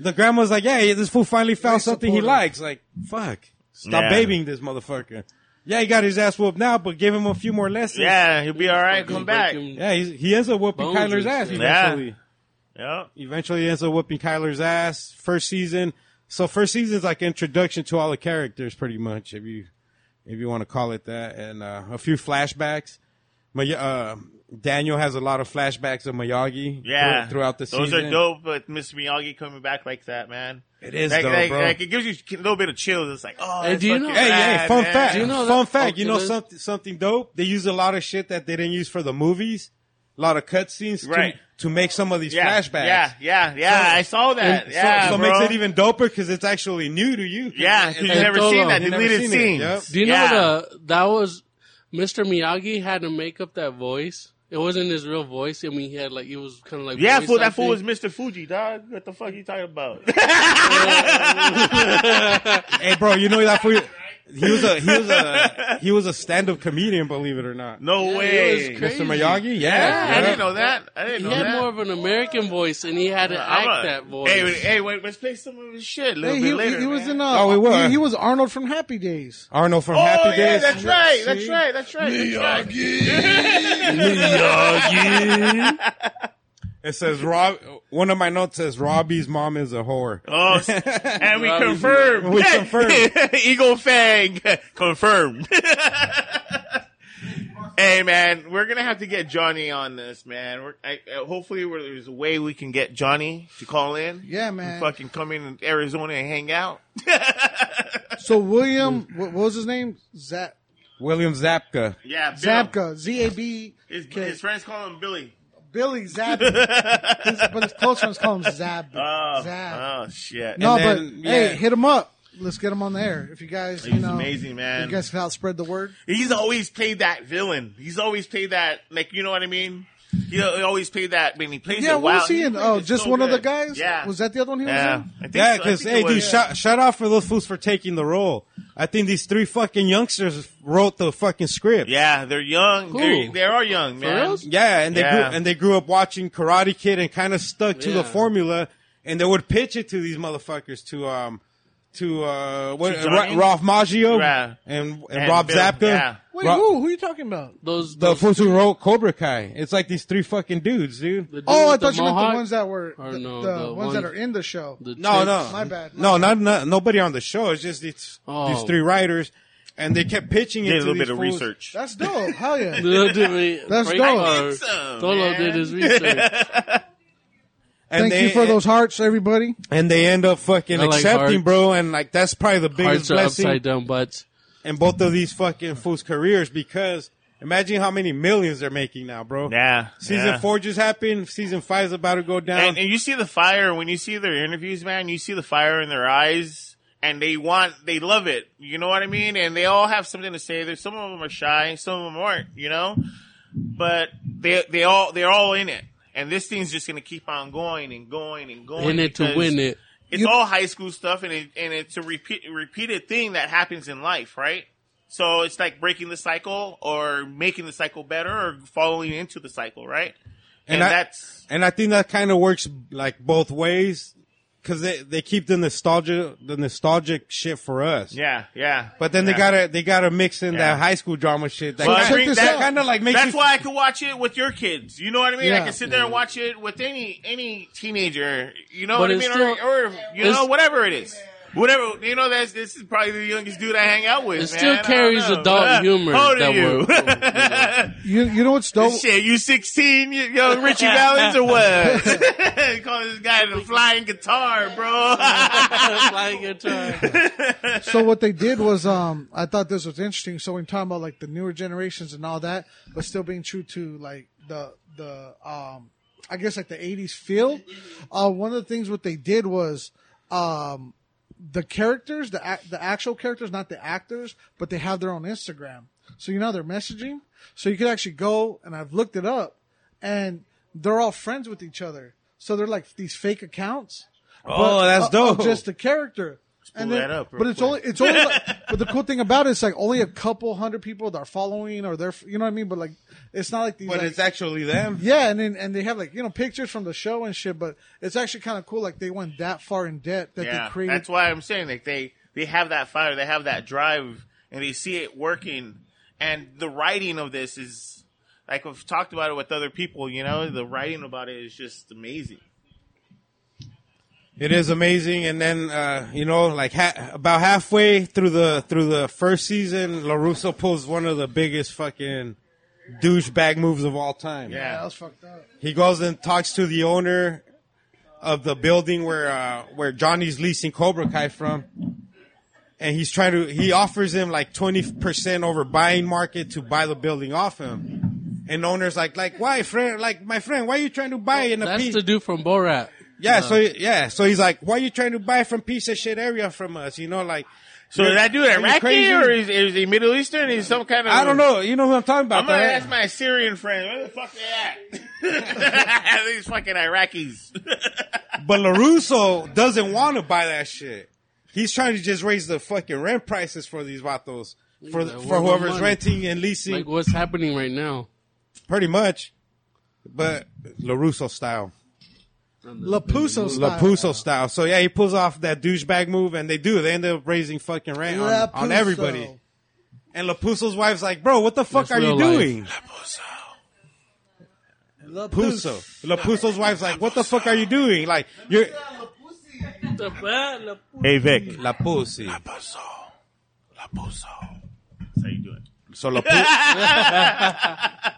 the grandma's like, "Yeah, yeah, this fool finally found something he supportive. likes." Like, fuck, stop Yeah. babying this motherfucker. Yeah, he got his ass whooped now, but give him a few more lessons. Yeah, he'll be all right. Come Break back. him- Yeah, he's, he ends up whooping Bones Kyler's and ass shit. Yeah. eventually Yep. eventually he ends up whooping Kyler's ass. First season, so first season's like introduction to all the characters, pretty much, if you if you want to call it that, and uh, a few flashbacks. But uh, Daniel has a lot of flashbacks of Miyagi. Yeah. thro- throughout the Those season, are dope, but Miss Miyagi coming back like that, man. It is like, dope, like, bro. like, it gives you a little bit of chills. It's like, oh, Hey, that's do you fucking know- Hey, hey! rad, Fun man. fact. Do you know fun that- fact. You know Oculus? something something dope. They used a lot of shit that they didn't use for the movies. A lot of cutscenes Right. to, to make some of these yeah, flashbacks. Yeah, yeah, yeah. I saw that. So, yeah, so bro. makes it even doper because it's actually new to you. Yeah, 'cause you've never Solo. seen that You've never deleted seen it. scenes. Yep. Do you Yeah. know the that was Mr. Miyagi had to make up that voice? It wasn't his real voice. I mean, he had like it was kind of like Yeah, voice fool. That fool was acting. Mr. Fuji, dog. What the fuck you talking about? <laughs> <laughs> Hey, bro, you know that fool. He was a he was a he was a stand up comedian, believe it or not. No Yeah, way. it was crazy. Mr. Miyagi, yeah, Yeah, I yeah. didn't know that. I didn't He know had that. more of an American voice, and he had to I'm act a- that voice. Hey, wait, hey, wait, let's play some of his shit a little Hey, bit he, later. he, he was man. in. man. Uh, Oh, he was. He, he was Arnold from Happy Days. Arnold from Oh Happy yeah, Days. that's right, that's See? right, that's <laughs> right. That's right. <laughs> It says Rob. One of my notes says Robbie's mom is a whore. Oh, s- and we Robbie- confirmed. We confirmed. Eagle Fang <laughs> confirmed. <laughs> hey man, we're gonna have to get Johnny on this, man. We're, I, uh, hopefully, we're- there's a way we can get Johnny to call in. Yeah, man. Fucking come in Arizona and hang out. So William, what, what was his name? Zap William Zapka. Yeah, Bill. Zabka. Z A B. His, his friends call him Billy. Billy Zabka. <laughs> His- but his close friends call him Zab. Oh, Zab. oh shit. no, then, but hey, yeah. hit him up. Let's get him on the air. If you guys, you He's know, amazing, You man. guys can outspread the word. He's always played that villain. He's always played that, like, you know what I mean? He, he always played that when he plays Yeah, it what wild. was he in? plays Oh, it just so one of the good. guys. Yeah. Was that the other one he Yeah. was in? I think Yeah, so. I because think hey, it was- dude, shout, shout out for those fools for taking the role. I think these three fucking youngsters wrote the fucking script. Yeah, they're young. They're, Cool. they are young, man. reals? Yeah, and they Yeah. grew and they grew up watching Karate Kid and kind of stuck to Yeah. the formula, and they would pitch it to these motherfuckers to um to uh what To Ra- Johnny? Ralph Maggio Right. and, and And Rob Bill, Zapka. yeah. Wait, Ro- who? Who are you talking about? those, The those fools who wrote Cobra Kai. It's like these three fucking dudes, dude. the dude Oh, I with the thought you meant mohawk, the ones that were Or the, no, the the ones, that ones- are in the show. the No, chicks. no, My bad, my No, not, not nobody on the show. It's just these Oh. these three writers, and they kept pitching it. Did a to little these bit of fools. research. That's dope. Hell <laughs> <laughs> yeah. That's That's dope. I think so, Tolo man. did his research. <laughs> And Thank they, e- you for those hearts, everybody. And they end up fucking I like accepting, hearts. bro. And like that's probably the biggest Hearts are blessing. upside down butts. in both of these fucking fools' careers because imagine how many millions they're making now, bro. Yeah. Season yeah. four just happened. Season five's about to go down. And, and you see the fire when you see their interviews, man. You see the fire in their eyes, and they want, they love it. You know what I mean? And they all have something to say. There's some of them are shy, some of them aren't. You know, but they they all they're all in it. And this thing's just gonna keep on going and going and going. In it to because win it. It's all high school stuff, and it, and it's a repeat repeated thing that happens in life, right? So it's like breaking the cycle or making the cycle better or following into the cycle, right? And, I- that's And I think that kind of works like both ways because they, they keep the nostalgia, the nostalgic shit for us. yeah, yeah. But then they Yeah. gotta they gotta mix in Yeah. that high school drama shit. That Well, kinda- I mean, that that- kind of like makes That's you, why I could watch it with your kids. You know what I mean? I Yeah. can sit there and watch it with any any teenager. You know But what I it's mean? still- or, or you it's- know whatever it is. Whatever you know, that's this is probably the youngest dude I hang out with. It man. still I don't carries know. adult <laughs> How humor old that are you? You you <laughs> know what's dope? Shit, you sixteen, you, yo, Richie Valens or <laughs> what? <laughs> Calling this guy the flying guitar, bro. <laughs> Flying <laughs> guitar. so what they did was um I thought this was interesting. So when talking about like the newer generations and all that, but still being true to like the the um I guess like the eighties feel. Uh one of the things what they did was um the characters, the ac- the actual characters, not the actors, but they have their own Instagram. So you know their messaging. So you could actually go and I've looked it up and they're all friends with each other. So they're like these fake accounts. Oh, that's uh, of dope. just the character. And pull that up real but it's quick. only it's <laughs> only like, but the cool thing about it is like only a couple hundred people that are following or they're you know what I mean. But like it's not like these. but like- it's actually them. yeah, and then and they have like you know pictures from the show and shit. But it's actually kind of cool. Like they went that far in depth that yeah, they created. that's why I'm saying like they they have that fire, they have that drive, and they see it working. And the writing of this is like we've talked about it with other people. You know, the writing about it is just amazing. It is amazing. And then uh, you know, like ha- about halfway through the through the first season, Larusso pulls one of the biggest fucking douchebag moves of all time. yeah, Yeah, that was fucked up. He goes and talks to the owner of the building where uh, where Johnny's leasing Cobra Kai from, and he's trying to he offers him like twenty percent over buying market to buy the building off him. And the owner's like, like, why, friend? Like, my friend, why are you trying to buy in a That's piece? the dude from Borat. Uh-huh. yeah, so yeah, so he's like, why are you trying to buy from piece of shit area from us? You know, like, so did that dude Are you Iraqi crazy? or is, is he Middle Eastern? He's some kind of I don't know. You know who I'm talking about? I'm gonna right? ask my Syrian friend where the fuck they at. <laughs> These fucking Iraqis. But LaRusso doesn't want to buy that shit. He's trying to just raise the fucking rent prices for these vatos. For, Yeah, for one more whoever's money. renting and leasing, Like what's happening right now. pretty much. But LaRusso style. Lapuso style. LaPuso style. So yeah, he pulls off that douchebag move and they do. They end up raising fucking rent on, on Lapuso. everybody. And LaPuso's wife's like, bro, what the fuck That's are you real life. doing? Puso. LaPuso's wife's like, what the fuck are you doing? Like, you're, Hey Vic. La Pussy. That's how you do it. So <laughs> Lapu-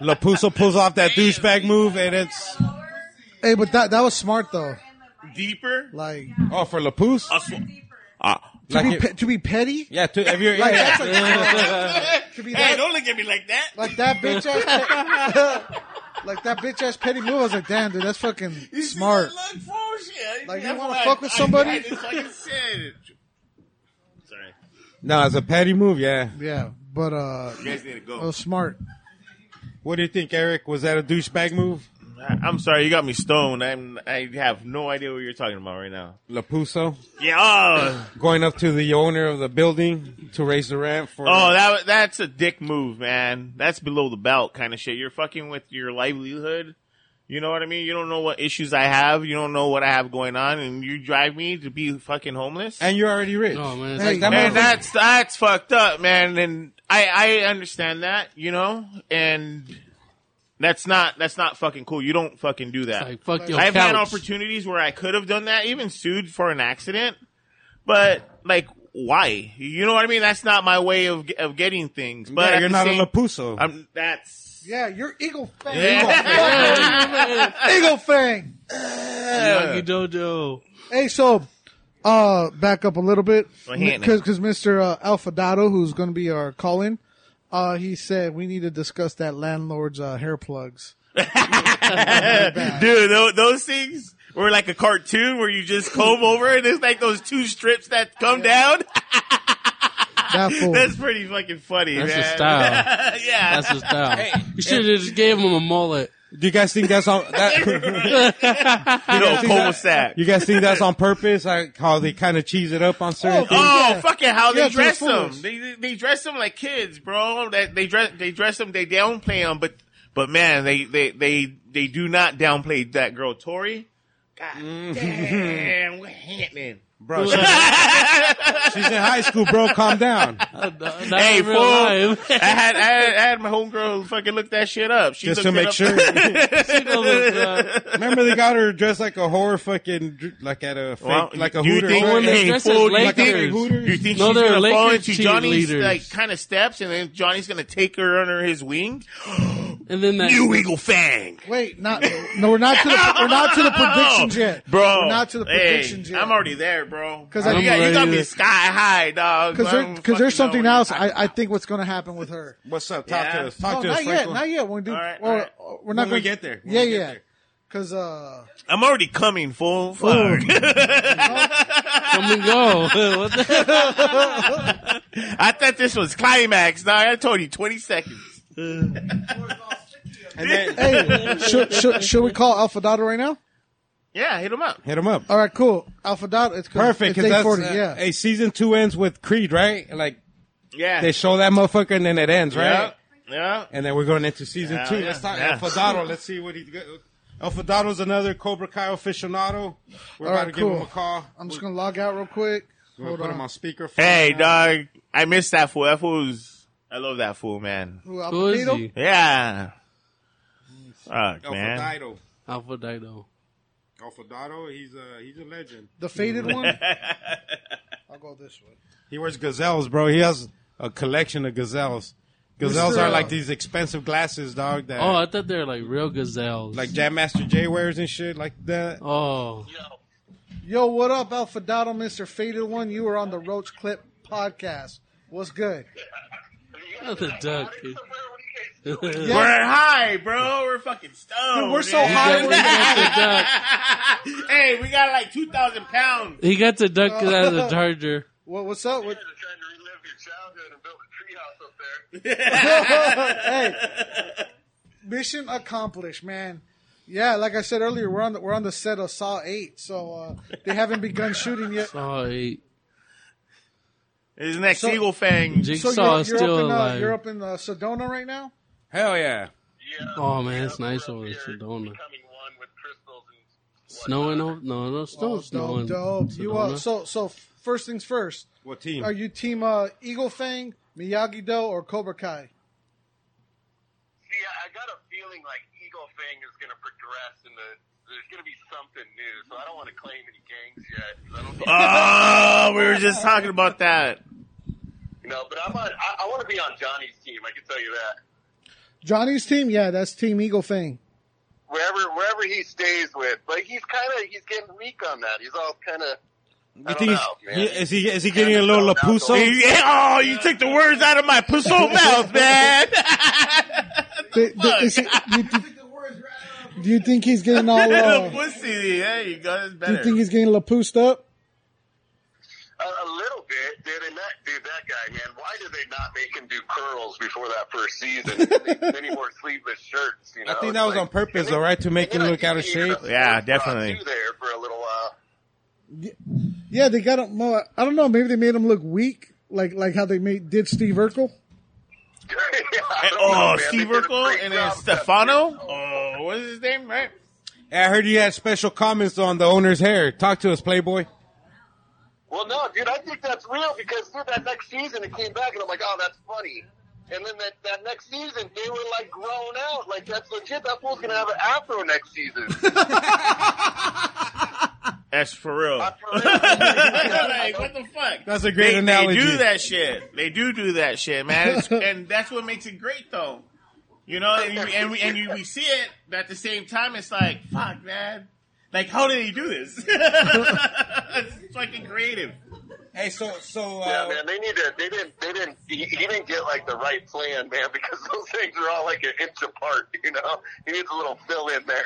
Lapuso pulls off that douchebag move, and it's Hey, but that that was smart though. Deeper. Like oh for Lapus. Us- to Like be it- pe- to be petty. yeah, to, if you're Like yeah. <laughs> that's <laughs> like to be Hey, that, don't look at me like that. like that bitch ass. <laughs> Like that bitch ass petty move, I was like, damn, dude, that's fucking smart. Look for shit. Like, you That's wanna what fuck with somebody? I, I just fucking said it. Sorry, no, it's a petty move. Yeah. Yeah, but uh, you guys need to that go. was smart. What do you think, Eric? Was that a douchebag move, I'm sorry, you got me stoned. I'm. I have no idea what you're talking about right now. Lapuso Yeah. Oh, going up to the owner of the building to raise the rent for? oh, that that's a dick move, man. That's below the belt kind of shit. You're fucking with your livelihood. You know what I mean? You don't know what issues I have. You don't know what I have going on, and you drive me to be fucking homeless. and you're already rich. Oh man. Hey, It's like, Man, that motherfucker- that's that's fucked up, man. And I I understand that, you know, and that's not that's not fucking cool. You don't fucking do that. like fuck your I've had couch. opportunities where I could have done that, even sued for an accident, but like, why? You know what I mean? That's not my way of of getting things. But yeah, at you're the not same- a Lapuso. I'm that's. Yeah, you're eagle fang. Yeah. <laughs> Eagle fang. Lucky Dojo. Hey, so uh, back up a little bit Well, he ain't because Mr. Uh, Alfadado, who's going to be our calling, uh, he said we need to discuss that landlord's uh, hair plugs. Dude, tho- those things were like a cartoon where you just comb over and it's like those two strips that come down. That fool. That's pretty fucking funny. That's man. his style. <laughs> yeah. That's his style. you should have just gave him a mullet. Do you guys think that's on? <laughs> That, You know, como sad. you guys think that's on purpose? Like how they kind of cheese it up on certain Oh, things. Oh, Yeah. fucking how Yeah, they to the dress them. fullest. They, they- they dress them like kids, bro. That they dress they dress them. They downplay them, but but man, they they they they do not downplay that girl Tori. God Mm. damn, we're happening. Bro, <laughs> she's, she's in high school, bro. Calm down. <laughs> Hey, hey, fool! real life. I had I had, I had my homegirl fucking look that shit up. She Just to looked it make up. sure. <laughs> She knows, uh, Remember, they got her dressed like a horror fucking, dr- like at a fake, Well, like a do you Hooters. think- right? when Hey, they dress as fool, you like a big Lakers. Hooters. You think <laughs> No, she's they're gonna fall Lakers into Johnny's cheerleaders. like kind of steps, and then Johnny's gonna take her under his wing? <gasps> And then that You eagle fang, Wait, not no, we're not to the we're <laughs> not to the predictions yet, bro. We're not to the hey, predictions yet. I'm already there, bro. 'Cause you, I'm got, you ready got me to- sky high, dog. because I don't because there's fucking something know else. what you're I, I think what's going to happen with her. What's up? Talk Yeah. to us. Talk No, to us. not yet, Franklin. not yet. When we do, All right, well, all right. uh, we're not When we gonna, get there, when yeah, we get yeah. there. Because uh, talking- I'm already coming, fool. Fuck. come <laughs> and go. <laughs> What the- I thought this was climax, dog. I told you <laughs> 20 seconds. And then, hey, should, should should we call Alpha Dada right now? Yeah, hit him up. hit him up. All right, cool. Alpha Dada, it's good. Perfect, It's because eight that's forty. uh, yeah. Hey, season two ends with Creed, right? Like Yeah. they show that motherfucker and then it ends, right? yeah. Yeah. And then we're going into season Yeah, two. yeah, Let's talk yeah. El Fadado. Let's see what he. got. El Fadado's another Cobra Kai aficionado. We're All about right, to cool. give him a call. I'm just gonna log out real quick. We're gonna Hold put him on. on speaker. for Hey, now. dog. I miss that fool. That fool's. I love that fool, man. Who, Alpha Who is Dado? he? Yeah. Fuck, El man. Fadado. Alpha Dido. El Fadado. He's a he's a legend. The <laughs> faded one. I'll go this way. He wears gazelles, bro. He has a collection of gazelles. Gazelles Mr. are like these expensive glasses, dog. That Oh, I thought they were like real gazelles. like Jam Master Jay wears and shit like that. oh, Yo, what up, Alpha Dado, Mister Faded One? You were on the Roach Clip podcast. What's good? <laughs> not the duck. dude. Yeah. We're high, bro. We're fucking stoned. Dude, we're so man. high. He got We're the duck. <laughs> hey, we got like 2,000 pounds. <laughs> He got the <laughs> duck out of the charger. what, what's up? What, trying to relive your childhood and build a treehouse up there. hey, mission accomplished, man. Yeah, like I said earlier, we're on the we're on the set of Saw Eight, so uh, they haven't begun shooting yet. Oh, hey, His next So- eagle fang. Jigsaw So you're, is you're still up in uh, alive. you're up in uh, Sedona right now. Hell yeah. Yeah. Oh, man, it's nice we're up over in here Sedona. Becoming one with crystals and snowing? Oh, no, no, still Oh, snowing. dope, dope. You uh, Sedona. so so first things first. What team? Are you team uh, Eagle Fang, Miyagi Do, or Cobra Kai? See, I I got a feeling like Eagle Fang is going to progress and the, there's going to be something new. So I don't want to claim any gangs yet. 'cause I don't think, Oh, we were just talking about that. no, but I'm on, I, I want to be on Johnny's team. I can tell you that. Johnny's team, yeah, that's Team Eagle Fang. Wherever wherever he stays with, but he's kind of he's getting weak on that. He's all kind of. I You don't think know, he's- man. he, is he is he getting a little Kinda fell down Lapuso? <laughs> <laughs> Yeah, oh, you took the words out of my <laughs> pussy mouth, man. They- they- is it- <laughs> you thi- do you think he's <laughs> getting all? The Uh, pussy. There you go. That's do better. you think he's getting lapoosed up? A, a little bit, dude. And that dude, that guy, man. Why did they not make him do curls before that first season? Many more sleeveless shirts. You know, I think It's that was like- on purpose, and though, then- right? To make and him then I look think out of he had shape. a Yeah, sports bra, definitely. too, oh, There for a little while. Yeah, they got him. Uh, I don't know. Maybe they made him look weak, like like how they made did Steve Urkel. Yeah, <laughs> I And- don't know, oh, man. They Steve did a Urkel great and then job with that. Stefano. Oh, what is his name, right? I heard you had special comments on the owner's hair. Talk to us, Playboy. Well, no, dude, I think that's real because dude, that next season it came back and I'm like, oh, that's funny. And then that, that next season they were like grown out, like that's legit. That fool's gonna have an afro next season. That's for real. Not <laughs> for real. like, what the fuck? That's a great they, analogy. They do that shit. They do do that shit, man. <laughs> It's- <laughs> and that's what makes it great, though. You know, and, you, and we and you, we see it, but at the same time, it's like, fuck, man. <laughs> Like, how did he do this? <laughs> it's fucking creative. Hey, so so Yeah, uh, man, they need to. They didn't. They didn't. He, he didn't get like the right plan, man, <laughs> because those things are all like an inch apart. <laughs> You know, he needs a little fill in there.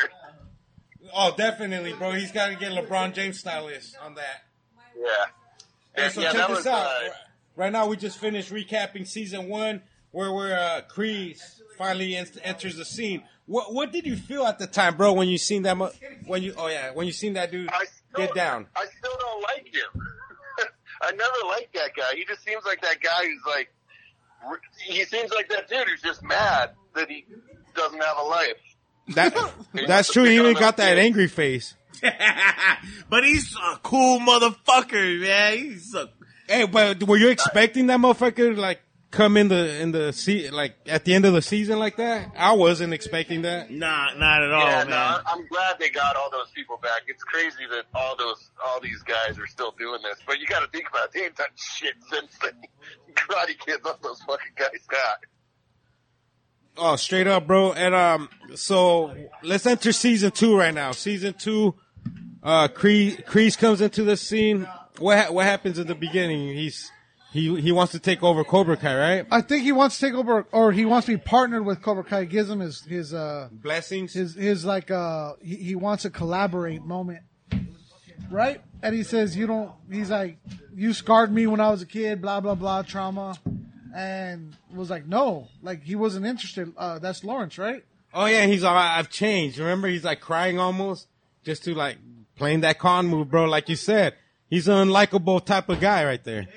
oh, definitely, bro. He's got to get LeBron James stylish on that. Yeah. Hey, And, so yeah, check that this was. out. Uh, right now, we just finished recapping season one. where where uh, Cree finally en- enters the scene. What what did you feel at the time, bro, when you seen that? Mu- when you oh yeah, when you seen that dude I still, get down? I still don't like him. <laughs> I never liked that guy. He just seems like that guy who's like, r- he seems like that dude who's just mad that he doesn't have a life. That that's true. He even got that angry face. <laughs> but he's a cool motherfucker, man. He's a Hey, but were you expecting that motherfucker to, like come in the in the se- like at the end of the season like that? I wasn't expecting that. nah, not at all, yeah, man. no, I- I'm glad they got all those people back. It's crazy that all those all these guys are still doing this, but you got to think about it. They ain't done shit since the <laughs> Karate Kid left those fucking guys got. Oh, straight up, bro. And um, so let's enter season two right now. Season two, uh, Cree Kreese comes into the scene. What ha- what happens in the beginning? He's he he wants to take over Cobra Kai, right? I think he wants to take over, or he wants to be partnered with Cobra Kai. Gives him his his uh Blessings. his his like uh he, he wants to collaborate moment, right? And he says you don't. He's like you scarred me when I was a kid, blah blah blah trauma, and was like no, like he wasn't interested. Uh, that's Lawrence, right? Oh yeah, he's all right. I've changed. Remember, he's like crying almost just to like playing that con move, bro. Like you said, he's an unlikable type of guy right there.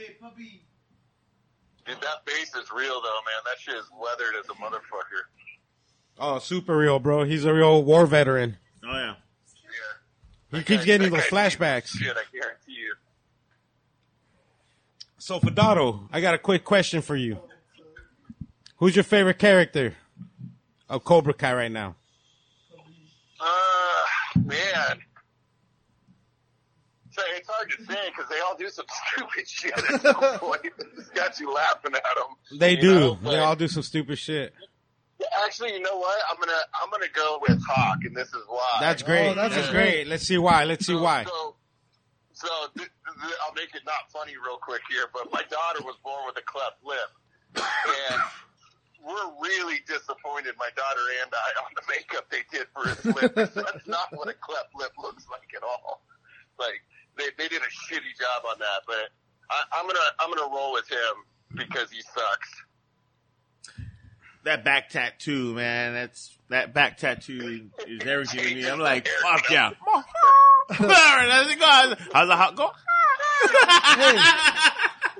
Dude, that bass is real though, man. That shit is weathered as a motherfucker. Oh, super real, bro. He's a real war veteran. Oh yeah. Yeah, He keeps That getting guy- those that guy flashbacks. deep Shit, I guarantee you. <laughs> So, Fadato, I got a quick question for you. Who's your favorite character of Cobra Kai right now? Uh, man. So it's hard to say because they all do some stupid shit <laughs> at some point. It's got you laughing at them. They you do. know, they but- all do some stupid shit. Actually, you know what? I'm gonna I'm gonna go with Hawk, and this is why. That's great. Oh, that's that's great. great. Let's see why. Let's see why. So, so th- th- I'll make it not funny real quick here, but my daughter was born with a cleft lip, and we're really disappointed. My daughter and I on the makeup they did for his lip. 'cause That's not what a cleft lip looks like at all. Like they they did a shitty job on that, but I, I'm gonna I'm gonna roll with him because he sucks. That back tattoo, man. That's that back tattoo is everything to me. I'm like, fuck yeah. <laughs> All right, let's go. How's the hawk go?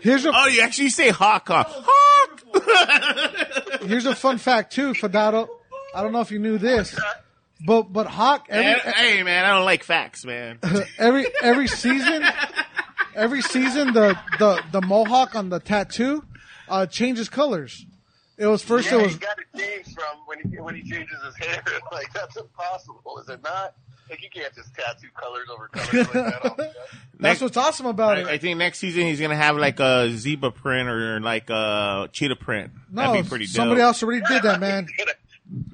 Here's a Oh, you actually say hawk, huh? Hawk. <laughs> here's a fun fact too, Fadato. I don't know if you knew this, but but Hawk Man, every hey man, I don't like facts, man. <laughs> every every season, every season the the the mohawk on the tattoo uh, changes colors. It was first yeah, it was he got a change from when he when he changes his hair. <laughs> Like that's impossible, is it not? Like you can't just tattoo colors over colors like that. <laughs> on- that's what's awesome about I, I it. think next season he's gonna have like a zebra print or like a cheetah print. No, That'd be pretty dope. somebody else already did <laughs> that, man.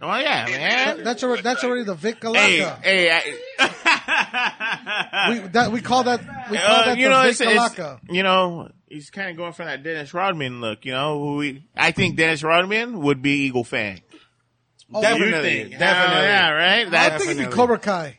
Oh yeah, man. That's already that's already the Vic Hey, Galaka. hey, I, We that we call that we call Uh, that you the know, Vic it's, it's- Galaka. you know, he's kind of going for that Dennis Rodman look. You know, who we, I think Dennis Rodman would be Eagle fan. Oh, You Definitely. think? Definitely. Hell yeah, right? I That, think he'd be Definitely. Cobra Kai.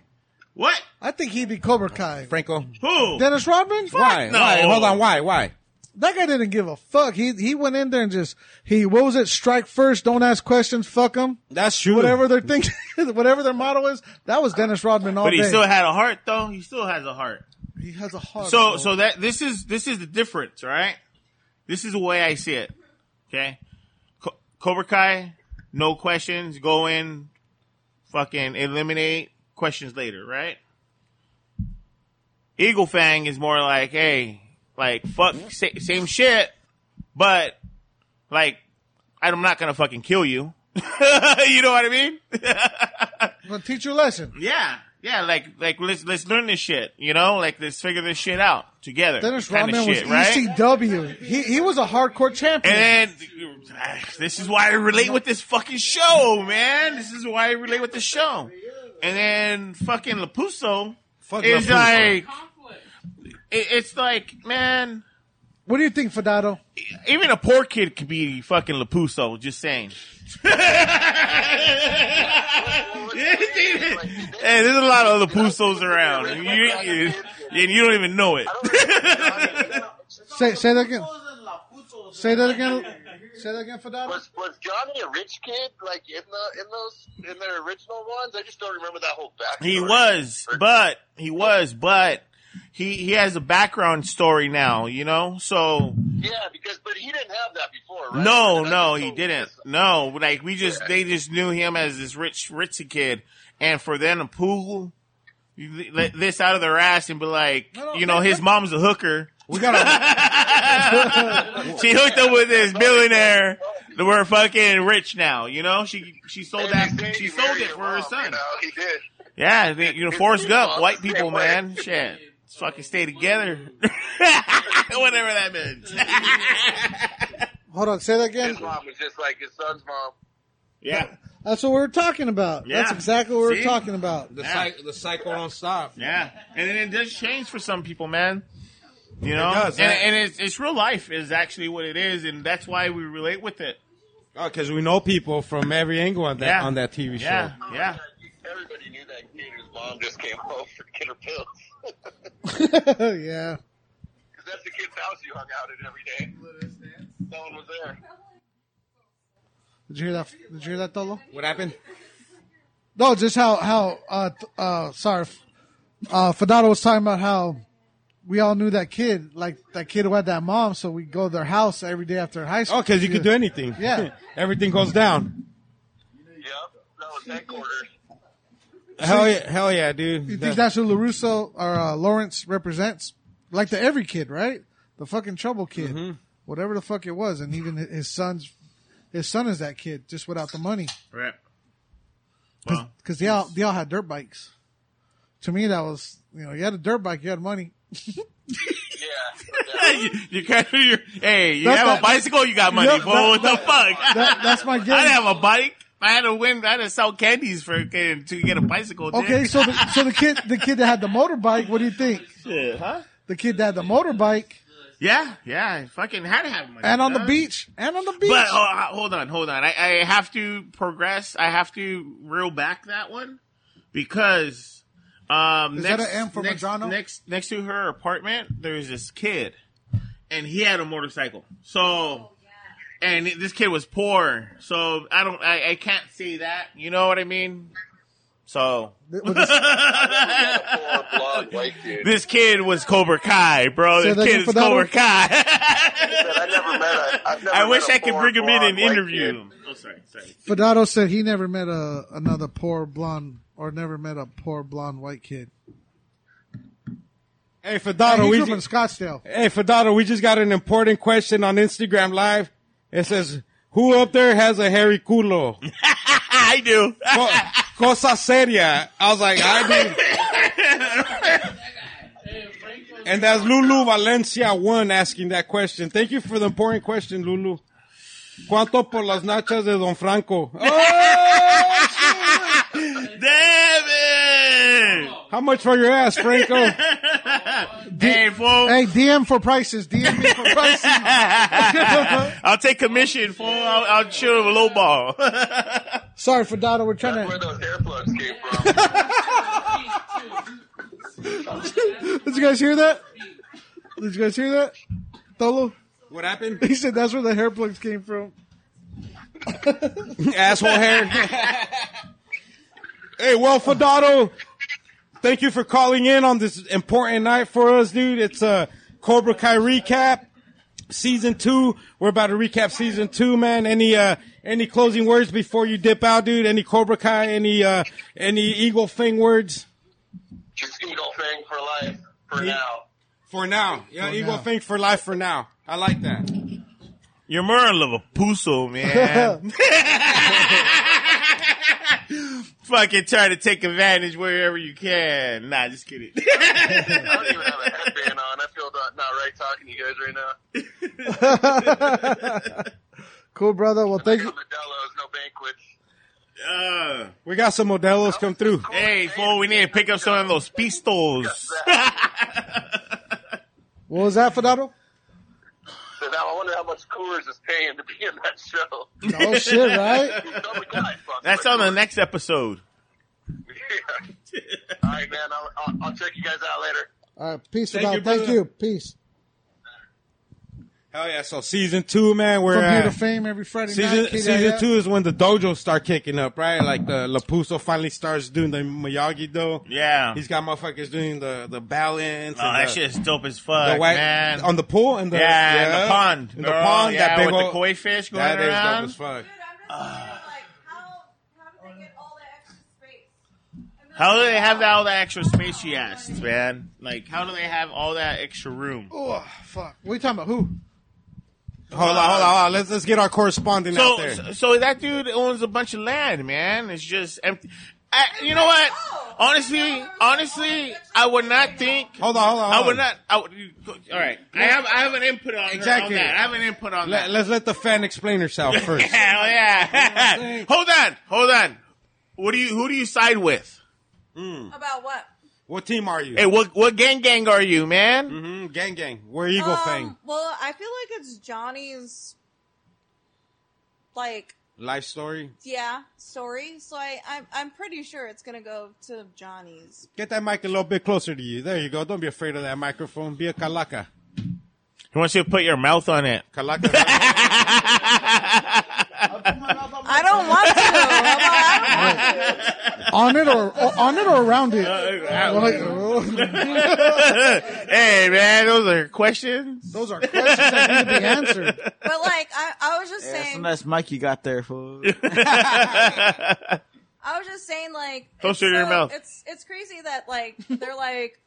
what? I think he'd be Cobra Kai. Franco. Who? Dennis Rodman? Why? no. Why? Hold on. Why? Why? That guy didn't give a fuck. He he went in there and just he what was it? Strike first, don't ask questions, fuck them. That's true. Whatever their thing, <laughs> whatever their motto is, that was Dennis Rodman all but he day. still had a heart, though. He still has a heart. he has a heart. So, bro. so that this is this is the difference, right? This is the way I see it. Okay, Co- Cobra Kai, no questions, go in, fucking eliminate questions later, right? Eagle Fang is more like, hey, like fuck, sa- same shit, but like, I'm not gonna fucking kill you. <laughs> you know what I mean? <laughs> But teach your lesson. Yeah, yeah. Like, like let's let's learn this shit. You know, like let's figure this shit out together. Dennis kinda Rodman shit, was right? ECW. He he was a hardcore champion. And then, <sighs> this is why I relate with this fucking show, man. This is why I relate with the show. And then fucking Lapuso Fuck is Lapuso. like, it- it's like, man, what do you think, Fadato? even a poor kid could be fucking Lapuso. Just saying. hey, there's a lot of Lapusos around, and you, you- and you don't even know it. Say say that again. Say that again. Say that again, Fadada. Was was Johnny a rich kid? Like in the in those in their original ones? I just don't remember that whole backstory. He was, Or- but he was, but he he has a background story now, you know. So yeah, because but he didn't have that before, right? no, That's no, so- he didn't. No, like we just Yeah. they just knew him as this rich, ritzy kid, and for them to pull th- this out of their ass and be like, No, no, you know, that- his that- mom's a hooker. We <laughs> got She hooked up with this billionaire. that We're fucking rich now, you know. She she sold And they that. say She he sold married it her for her mom, son. You know, he did. Yeah, they, you know, Forrest Gump, white people, Yeah, right. man. Shit. Let's fucking stay together. <laughs> <laughs> Whatever that means. Hold on. Say that again. His mom was just like his son's mom. yeah. That's what we were talking about. That's Yeah. exactly what we See? were talking about. the, cy- the cycle don't stop. Yeah. And then it does change for some people, man. You know? does, and huh? and it's, it's real life is actually what it is, and that's why we relate with it. Because Oh, we know people from every angle on that Yeah. on that TV show. Yeah. Yeah. Everybody knew that kid whose mom just came home for to get her pills. <laughs> yeah. Because that's the kid's house you hung out at every day. No one was there. Did you hear that? Did you hear that, Tolo? What happened? No, just how how uh th- uh sorry, uh Fadado was talking about how we all knew that kid, like that kid who had that mom, so we go to their house every day after high school. Oh, because you could do anything. Yeah. <laughs> everything goes down. Yep, that was headquarters. Hell yeah, hell yeah, dude. You think that's who Larusso or uh, Lawrence represents? Like the every kid, right? The fucking trouble kid, whatever the fuck it was, and even his son's, his son is that kid, just without the money, Right. because Well. they all they all had dirt bikes. To me, that was you know you had a dirt bike, you had money. Yeah. yeah. you, you can't, you hey, you That's have a that- bicycle, you got money. Yeah, fool. that- what the fuck? That, that's <laughs> my I guess. didn't have a bike. I had to win. I had to sell candies for to get a bicycle. dude. <laughs> Okay, so the, so the kid the kid that had the motorbike, what do you think? <laughs> Shit, huh? The kid that had the motorbike Yeah, yeah. I fucking had to have money. and on the huh? beach and on the beach. But uh, hold on, hold on. I, I have to progress. I have to reel back <laughs> that one <laughs> because um, Is that next, an M for next, Madonna? next next to her apartment, there's this kid, and he had a motorcycle. So, and this kid was poor. So I don't, I, I can't say that. You know what I mean? So With this- Poor blonde white dude. <laughs> this kid was Cobra Kai, bro. Say This that kid again, is Cobra Fernando? <laughs> Kai. I never met a. I've never I wish met a I could poor bring him in blonde and white interview kid. him. Oh, sorry, sorry. Fadado said he never met a another poor blonde or never met a poor blonde white kid. hey, And Fadado, he we grew up in just, Scottsdale. hey Fadado, we just got an important question on Instagram Live. It says, "Who up there has a hairy culo?" <laughs> I do. Co- Cosa seria. I was like, I do. And that's Lulu Valencia one asking that question. Thank you for the important question, Lulu. ¿Cuánto por las nachas de Don Franco? <laughs> Oh, Damn it! how much for your ass, Franco? <laughs> Hey, fool. Hey, DM for prices. DM me for prices. <laughs> I'll take commission, fool. I'll, I'll shoot him a low ball. <laughs> Sorry, Fadado, we're trying Where to. those hair plugs came from? <laughs> Did you guys hear that? Did you guys hear that? Tolo, What happened? he said that's where the hair plugs came from. <laughs> Asshole hair. hey, well, Fadado, thank you for calling in on this important night for us, dude. It's a Cobra Kai recap, season two. We're about to recap season two, man. Any uh, any closing words before you dip out, dude? Any Cobra Kai? Any uh, any Eagle Fang words? Just eagle thing for life for now. For now, yeah, For Eagle now. Fang for life. For now, I like that. You're more of a puso, <laughs> man. Fucking try to take advantage wherever you can. Nah, just <laughs> kidding. I don't even have a headband on. I feel not, not right talking to you guys right now. Cool, brother. Well, I thank you. got Modelo's, no banquets. uh, We got some Modelo's come through. <laughs> hey, fool, we need to pick up some of those pistols. <laughs> What was that, Fadado? So now I wonder how much Coors is paying to be in that <laughs> show. Oh shit, right? Double guy, fuck. That's on the next episode. Yeah. <laughs> All right, man. I'll, I'll, I'll check you guys out later. All right, peace, Thank Fadado. you, Thank brother. you. Peace. Hell yeah! So season two, man, we're From View to at. Fame every Friday Season, night. Kid season Yaya. two is when the dojos start kicking up, right? Like the Lapuso finally starts doing the Miyagi do. Yeah. He's got motherfuckers doing the, the balance. Oh, and that the, shit is dope as the fuck, white- man. on the pool and the yeah, in the pond. in girl. the pond. yeah, that big with old, the koi fish going That is around. dope as fuck. Dude, I'm just wondering, like, how, how did they get all that extra space? And then- How do they have all that extra space? She asked, man. Like, how do they have all that extra room? Oh fuck! What are you talking about? Who? Hold on, hold on, hold on. Let's let's get our correspondent out So, there. so, so that dude owns a bunch of land, man. It's just empty. I, you know what? Honestly, honestly, I would not think. hold on, hold on. I hold would on. not. I would, all right, I have I have an input on, her- on Exactly. that. I have an input on Let, that. let's let the fan explain <laughs> herself first. Hell <laughs> yeah! hold on, hold on. What do you? Who do you side with? About what? What team are you? Hey, what what gang gang are you, man? hmm Gang, gang. Where Eagle Um, Fang? Well, I feel like it's Johnny's, like, Life story. yeah, story. So I, I'm, I'm pretty sure it's gonna go to Johnny's. Get that mic a little bit closer to you. There you go. Don't be afraid of that microphone. Be a calaca. He wants you to put your mouth on it. <laughs> Calaca. I don't want to. I'm like, I <laughs> On it or, or- on it or around it? Like, Uh, <laughs> hey, man, those are questions. those are questions that need to be answered. don't- but like, I, I was just That's a saying, nice mic you got there, fool. I was just saying, like, Don't it's shut your so- mouth. It's it's crazy that like they're like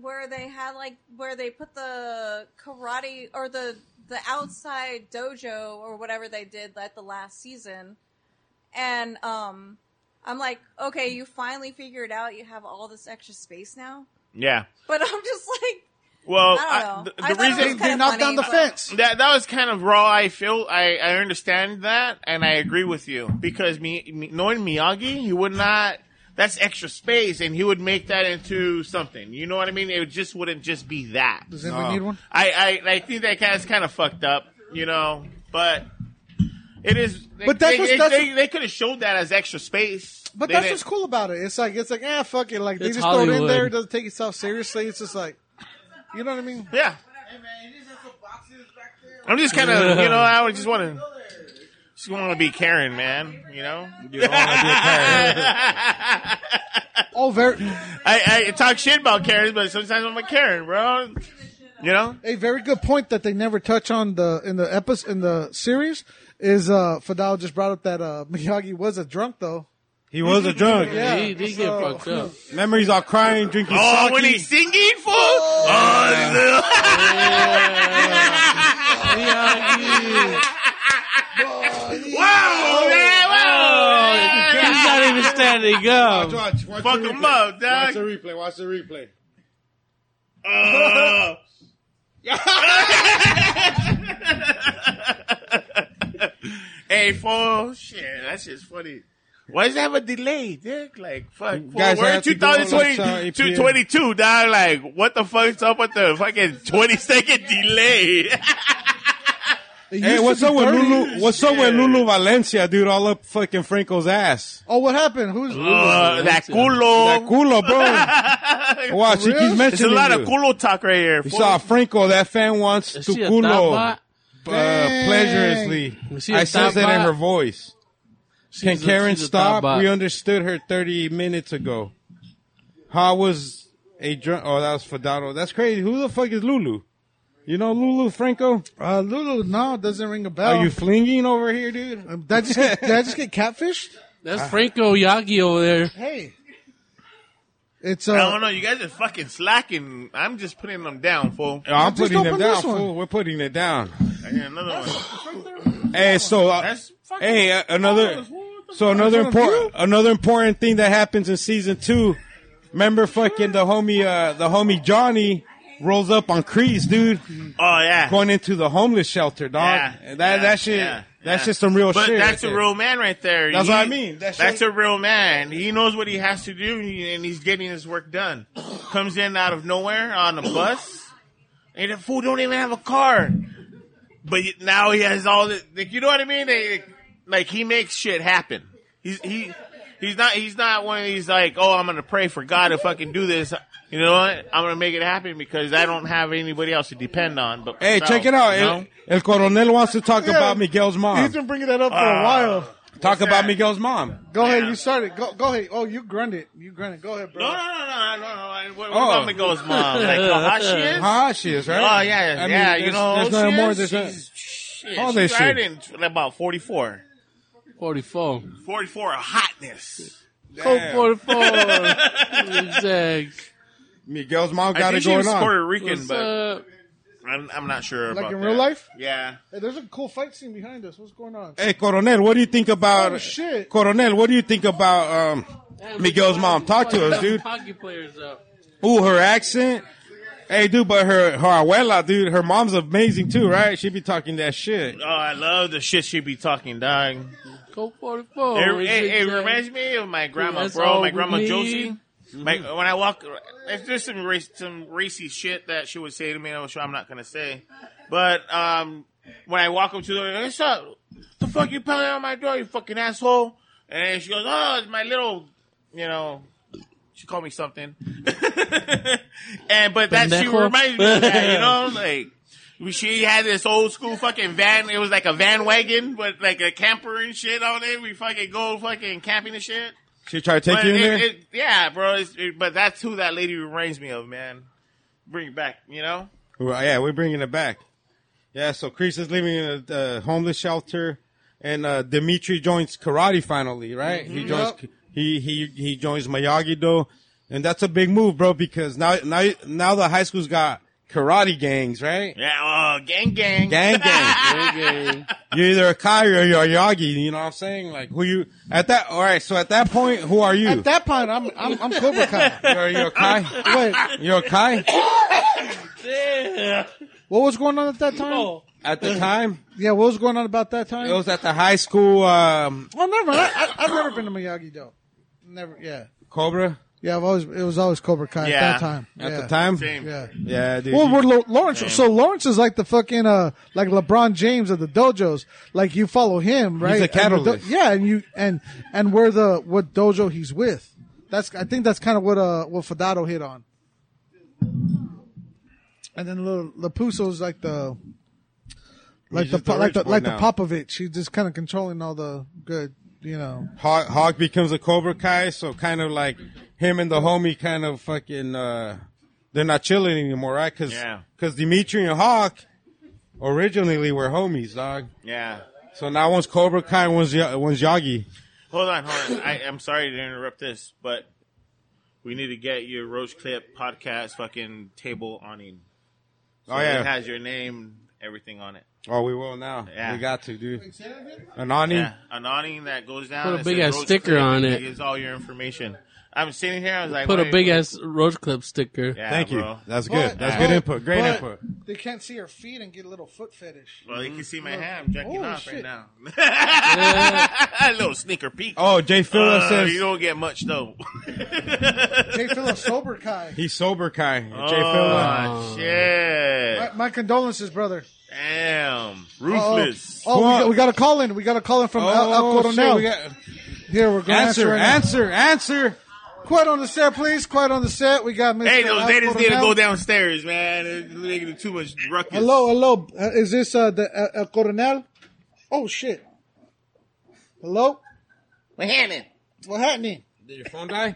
where they had like where they put the karate or the the outside dojo or whatever they did at the last season, and um, I'm like, okay, you finally figured out you have all this extra space now, <laughs> Yeah. but I'm just like, Well, I don't know. the, I the thought it reason was kinda They knocked funny, down the but- fence. that that was kind of raw, I feel. I, I understand that, and I agree with you because me, me knowing Miyagi, he would not. That's extra space, and he would make that into something. You know what I mean? It just wouldn't just be that. Does anybody need one? I, I I think that kind of kind of fucked up, you know. But it is. But that's they, what's- they, that's- they, could have showed that as extra space. But They that's didn't- what's cool about it. It's like it's like ah fuck it. Like they It's just throw it in Hollywood. there. It doesn't take itself seriously. It's just like, you know what I mean? Yeah. I'm just <laughs> kind of, you know, I would just want to, just want to be Karen, man. You know, you don't want to be a parent. <laughs> Oh, very, I, I talk shit about Karens, but sometimes I'm a Karen, bro. <laughs> You know, a very good point that they never touch on the in the episode in the series is uh Fidel just brought up that uh <laughs> Miyagi was a drunk though. He was a drunk. Yeah, They, they get fucked up. Memories are crying, drinking oh, sake. when he's singing, fool. Oh, no. Oh, wow, man, He's wow. not even standing up. <laughs> Watch, watch, watch Fuck the him replay. up, Watch dog. the replay. Watch the replay. Oh. hey, fool. Shit, that's just funny. Why does it have a delay, Dick? Like, fuck. fool, guys we're in have to go on like 2020, some 2022, dog. Like, what the fuck's up with the fucking 20 second delay? <laughs> It used Hey, to what's be up with 30. Lulu? What's up with Lulu Valencia, dude? All up fucking Franco's ass. Oh, what happened? Who's uh, that That culo. culo, bro. <laughs> Watch, she For real? keeps It's a mentioning lot of you. culo talk right here. You fool. saw Franco, that fan wants Is to she a thought culo bot? uh, pleasurously. Is she a I sense thought that in bot? her voice. Can She's a- Karen she's a thought stop? bot. We understood her 30 minutes ago. How was a drunk? Oh, that was Fadado. That's crazy. Who the fuck is Lulu? You know Lulu Franco? Uh, Lulu? No, doesn't ring a bell. Are you flinging over here, dude? Um, did I just get, did <laughs> I just get catfished? Ah. Ah. That's Franco Yagi over there. Hey, it's I don't uh, know. You guys are fucking slacking. I'm just putting them down, fool. I'm Just putting them open down, this one. fool. We're putting it down. I got another one. <laughs> Hey, so uh, That's fucking hey, uh, another so another That's what I'm important another important thing that happens in season two. Remember, fucking the homie, uh, the homie Johnny rolls up on Crease, dude, Oh yeah. going into the homeless shelter, dog. Yeah, that yeah, that shit, yeah, that's yeah. just some real But shit. that's right a there. real man right there. That's He- what I mean. That that's shit- a real man. He knows what he has to do, and he's getting his work done. Comes in out of nowhere on a bus, and the fool don't even have a car. But y- now he has all the, like, you know what I mean? They, like he makes shit happen. He's he He's not. He's not one of these like, oh, I'm gonna pray for God to fucking do this. You know what? I'm gonna make it happen because I don't have anybody else to depend on. But Hey, no, check it out. you know? El, El Coronel wants to talk about Miguel's He's mom. been bringing that up for a while. talk about Uh, that? Miguel's mom. Go ahead. You started. Go go ahead. Oh, you grunted. You grunted. Go ahead, bro. No, no, no, no, no, no. What, what Oh. about Miguel's mom? Like how <laughs> hot she is? How she is, right? Oh yeah, I mean, yeah. you there's- there's know, how old nothing she more. is? There's nothing- she's, shit, How old she's is she? right in about 44. 44. 44 of hotness. Code 44. Zags. Miguel's mom I got think it she going was on. Puerto Rican, What's but up? I'm, I'm not sure. Like about in that. real life? Yeah. Hey, there's a cool fight scene behind us. What's going on? Hey, Coronel, what do you think about? Oh, shit. Coronel, what do you think about um, Miguel's mom? Talk to us, dude. Hockey players uh, up. Ooh, her accent. Hey, dude, but her her abuela, dude, her mom's amazing too, right? She be talking that shit. Oh, I love the shit she be talking, dog. Code 44. It, it, it uh, reminds me of my grandma, Oh, That's bro. all My we grandma need. Josie. uh, My, when I walk, if there's some race, some racy shit that she would say to me, I'm sure I'm not gonna say. But um, when I walk up to her, what's up? The fuck you pounding on my door, you fucking asshole? And she goes, oh, it's my little, you know. She called me something, <laughs> and but that she Pendejo. reminded me of that, you know, like we- she had this old school fucking van. It was like a van wagon, but like a camper and shit on it. We fucking go fucking camping and shit. She try to take But you in it- there. it- yeah, bro. It's, it- but that's who that lady reminds me of, man. Bring it back, you know. Well, yeah, we're bringing it back. Yeah, so Chris is living in a uh, homeless shelter, and uh, Dimitri joins karate finally, right? He Mm-hmm. joins he he he joins Miyagi Do, and that's a big move, bro, because now now now the high school's got karate gangs, right? Yeah, oh, gang, gang, Gang <laughs> gang. Gang, gang. you're either a Kai or you're a Yagi. You know what I'm saying? Like who you at that? All right, so at that point, who are you? At that point, I'm I'm, I'm Cobra Kai. <laughs> you're, you're a Kai. <laughs> Wait, You're a Kai Yeah. what was going on at that time? at the time. Yeah, what was going on about that It time? was at the high school um, oh, never. I, I, I've never been to Miyagi Do. Never. Yeah. Cobra Yeah, I've always it was always Cobra Kai at Yeah. that time. at yeah. the time. Same. Yeah. Yeah, dude. Well, we're Lo- Lawrence. So Lawrence is like the fucking uh, like LeBron James of the dojos. Like you follow him, right? a And the do- catalyst. yeah, and you and and where the what dojo he's with. That's I think that's kind of what uh what Fadado hit on. And then little Lapuso's like the like He's the, just the po- like rich the boy like now. the Popovich. He's just kind of controlling all the good, you know. Hawk, Hawk becomes a Cobra Kai, so kind of like him and the homie kind of fucking, uh, they're not chilling anymore, right? Cause, Yeah. 'cause Dimitri and Hawk originally were homies, dog. Yeah. So now one's Cobra Kai, one's, Ya- one's Yagi. Hold on, hold on. I, I'm sorry to interrupt this, but we need to get your Roach Clip podcast fucking table awning. So Oh, yeah. It has your name, everything on it. Oh, we will now. Yeah. We got to, dude. Anani? Yeah, an awning that goes down. Put a it big says ass Roach sticker Clip, on and it. Gives all your information. I'm sitting here. I was like, Put a wait, big ass Roach Clip sticker. uh, Yeah, Thank you. bro. That's good. But- That's good but- input. Great but input. They can't see her feet and get a little foot fetish. Well, Oh, you can see Uh, my ham oh, jacking Holy off shit. right now. <laughs> a little sneaker peek. Oh, Jay Phillips Uh, says you don't get much though. <laughs> Oh, Jay Phillips sober Kai. he's sober Kai. Jay Phillips. Oh shit! My, my condolences, brother. Damn, Oh, oh, ruthless. we, got, we got a call in. We got a call in from El, El Oh, shit, Coronel. we got- Here we're going answer, right now. answer, answer. Quiet on the set, please. Quiet on the set. We got Mr. Hey, those El ladies need to Coronel. go downstairs, man. It's making too much ruckus. Hello, hello. Uh, is this uh, the El- El Coronel? Oh shit. Hello. What happening? What happening? Did your phone die?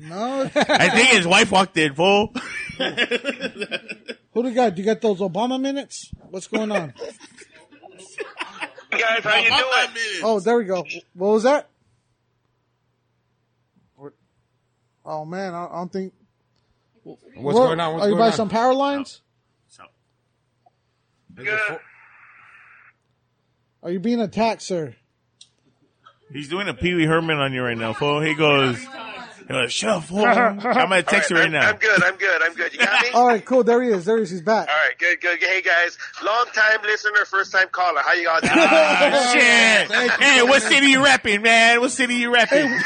No. I think his wife walked in, fool. Who do you got? Do you got those Obama minutes? What's going on? Guys, how you doing? Oh, there we go. What was that? Oh man, I I don't think. What's What- going on? What's are you going by on? some power lines? So, Is your fo- Are you being attacked, sir? he's doing a Pee Wee Herman on you right now, fool. He goes, he goes shut up, Oh, <laughs> fool. I'm gonna text you All right right, now. <laughs> I'm, I'm good. I'm good. I'm good. You got me? All right, cool. There he is. There he is. He's back. All right, good, good. Hey guys, long time listener, first time caller. How you all doing? Ah, shit. Thank you. Hey, what city you rapping, man? What city you rapping? <laughs> hey,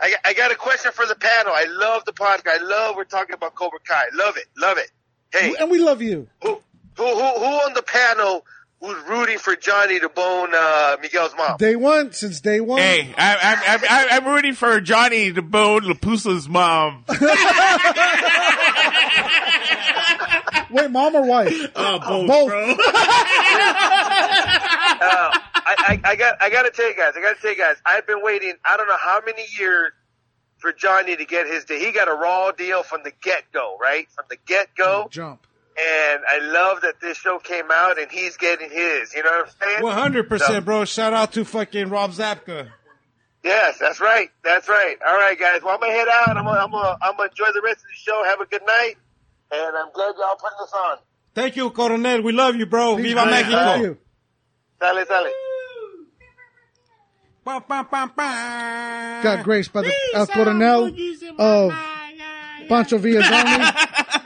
I, I got a question for the panel. I love the podcast. I love we're talking about Cobra Kai. Love it. Love it. Hey, And we love you. who who who, who on the panel who's rooting for Johnny to bone uh, Miguel's mom. Day one, since day one. Hey, I, I, I, I, I'm rooting for Johnny to bone Lapusa's mom. <laughs> Wait, mom <laughs> or wife? Uh, Oh, both, Both. bro. Uh, I, I, I got I gotta tell you guys, I gotta tell you guys, I've been waiting I don't know how many years for Johnny to get his deal. He got a raw deal from the get go, right? From the get go. Jump. And I love that this show came out and he's getting his. You know what I'm saying? One hundred percent, bro. Shout out to fucking Rob Zapka. Yes, that's right. That's right. All right, guys. Well, I'm gonna head out. I'm gonna, I'm gonna, I'm gonna enjoy the rest of the show. Have a good night, and I'm glad y'all putting this on. Thank you, Coronel. We love you, bro. Viva Thank Mexico. you. Sale, sale. Ba, ba, ba, ba. Got graced by the El Coronel of Pancho Villazoni.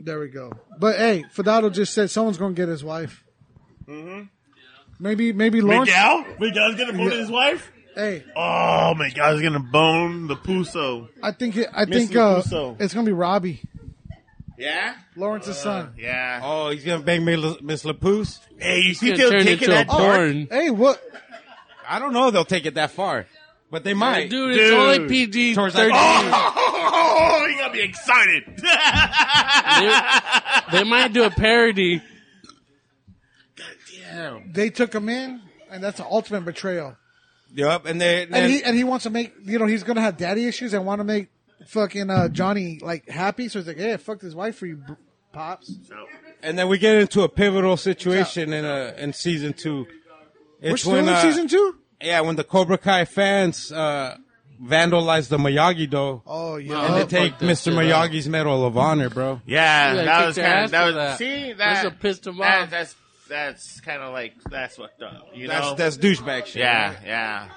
there we go. But hey, Fidado just said someone's gonna get his wife. Mm-hmm. Maybe maybe Lawrence. Miguel? Miguel's gonna bone his wife? Hey, Oh, Miguel's gonna bone the Puso. I think it, I Miss think uh, Lapuso. it's gonna be Robbie Yeah? Uh, Lawrence's son. Yeah. Oh, he's gonna bang me, L- Miss Lapoose. Hey, you see Gonna them turn taking into a that porn. Hey, what? I don't know. if They'll take it that far, but they might. Dude, it's only PG Towards that- thirteen. Oh, <laughs> you gotta be excited. <laughs> <laughs> They- They might do a parody. They took him in, and that's an ultimate betrayal. Yep, and they and, And he and he wants to make you know he's gonna have daddy issues and want to make fucking uh, Johnny like happy. So he's like, yeah, fuck this wife for you, br- pops. and then we get into a pivotal situation in uh in season two. It's We're still in uh, season two. Yeah, when the Cobra Kai fans uh, vandalized the Miyagi Do Oh yeah. and they Oh, take fuck that Mr. shit up. Miyagi's Medal of Honor, bro. yeah, Yeah, that kick was their kind ass of, that for was, that. see, that, That's what pissed 'em that- off. That's, that's kind of like, that's fucked up, you That's know? that's douchebag shit. yeah, right? yeah.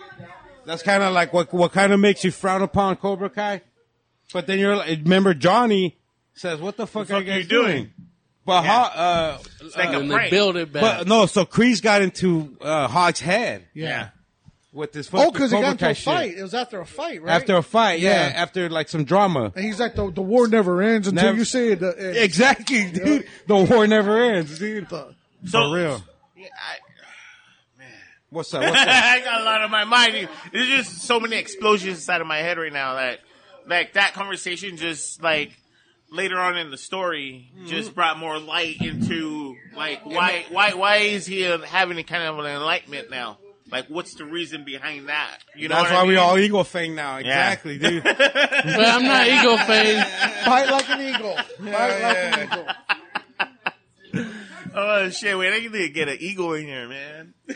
that's kind of like what what kind of makes you frown upon Cobra Kai. But then you're like, remember Johnny says, "What the fuck, fuck are you are you guys doing?" doing? But Yeah. how? Uh, It's like a And they prank. build it back. but no, so Kreese got into uh, Hog's head yeah. with this fucking Oh, because he Cobra got into Kai a shit. fight. It was after a fight, right? After a fight, yeah, Yeah. after like some drama. and he's like, the, the war never ends until Never- you say it. uh, ends. <laughs> Exactly, dude. The war never ends, dude. The- So, For real. Yeah, I, What's up? What's up? I got a lot on my mind. There's just so many explosions inside of my head right now that, like, that conversation just like later on in the story Hmm. just brought more light into like why why why is he having a kind of an enlightenment now? Like, what's the reason behind that? <laughs> You know, That's what why I mean? we all eagle fang now. Yeah. Exactly, <laughs> dude. But I'm not ego fan. Fight like <laughs> an eagle. Fight like an eagle. Oh shit! Wait, I need to get an eagle in here, man. Hey,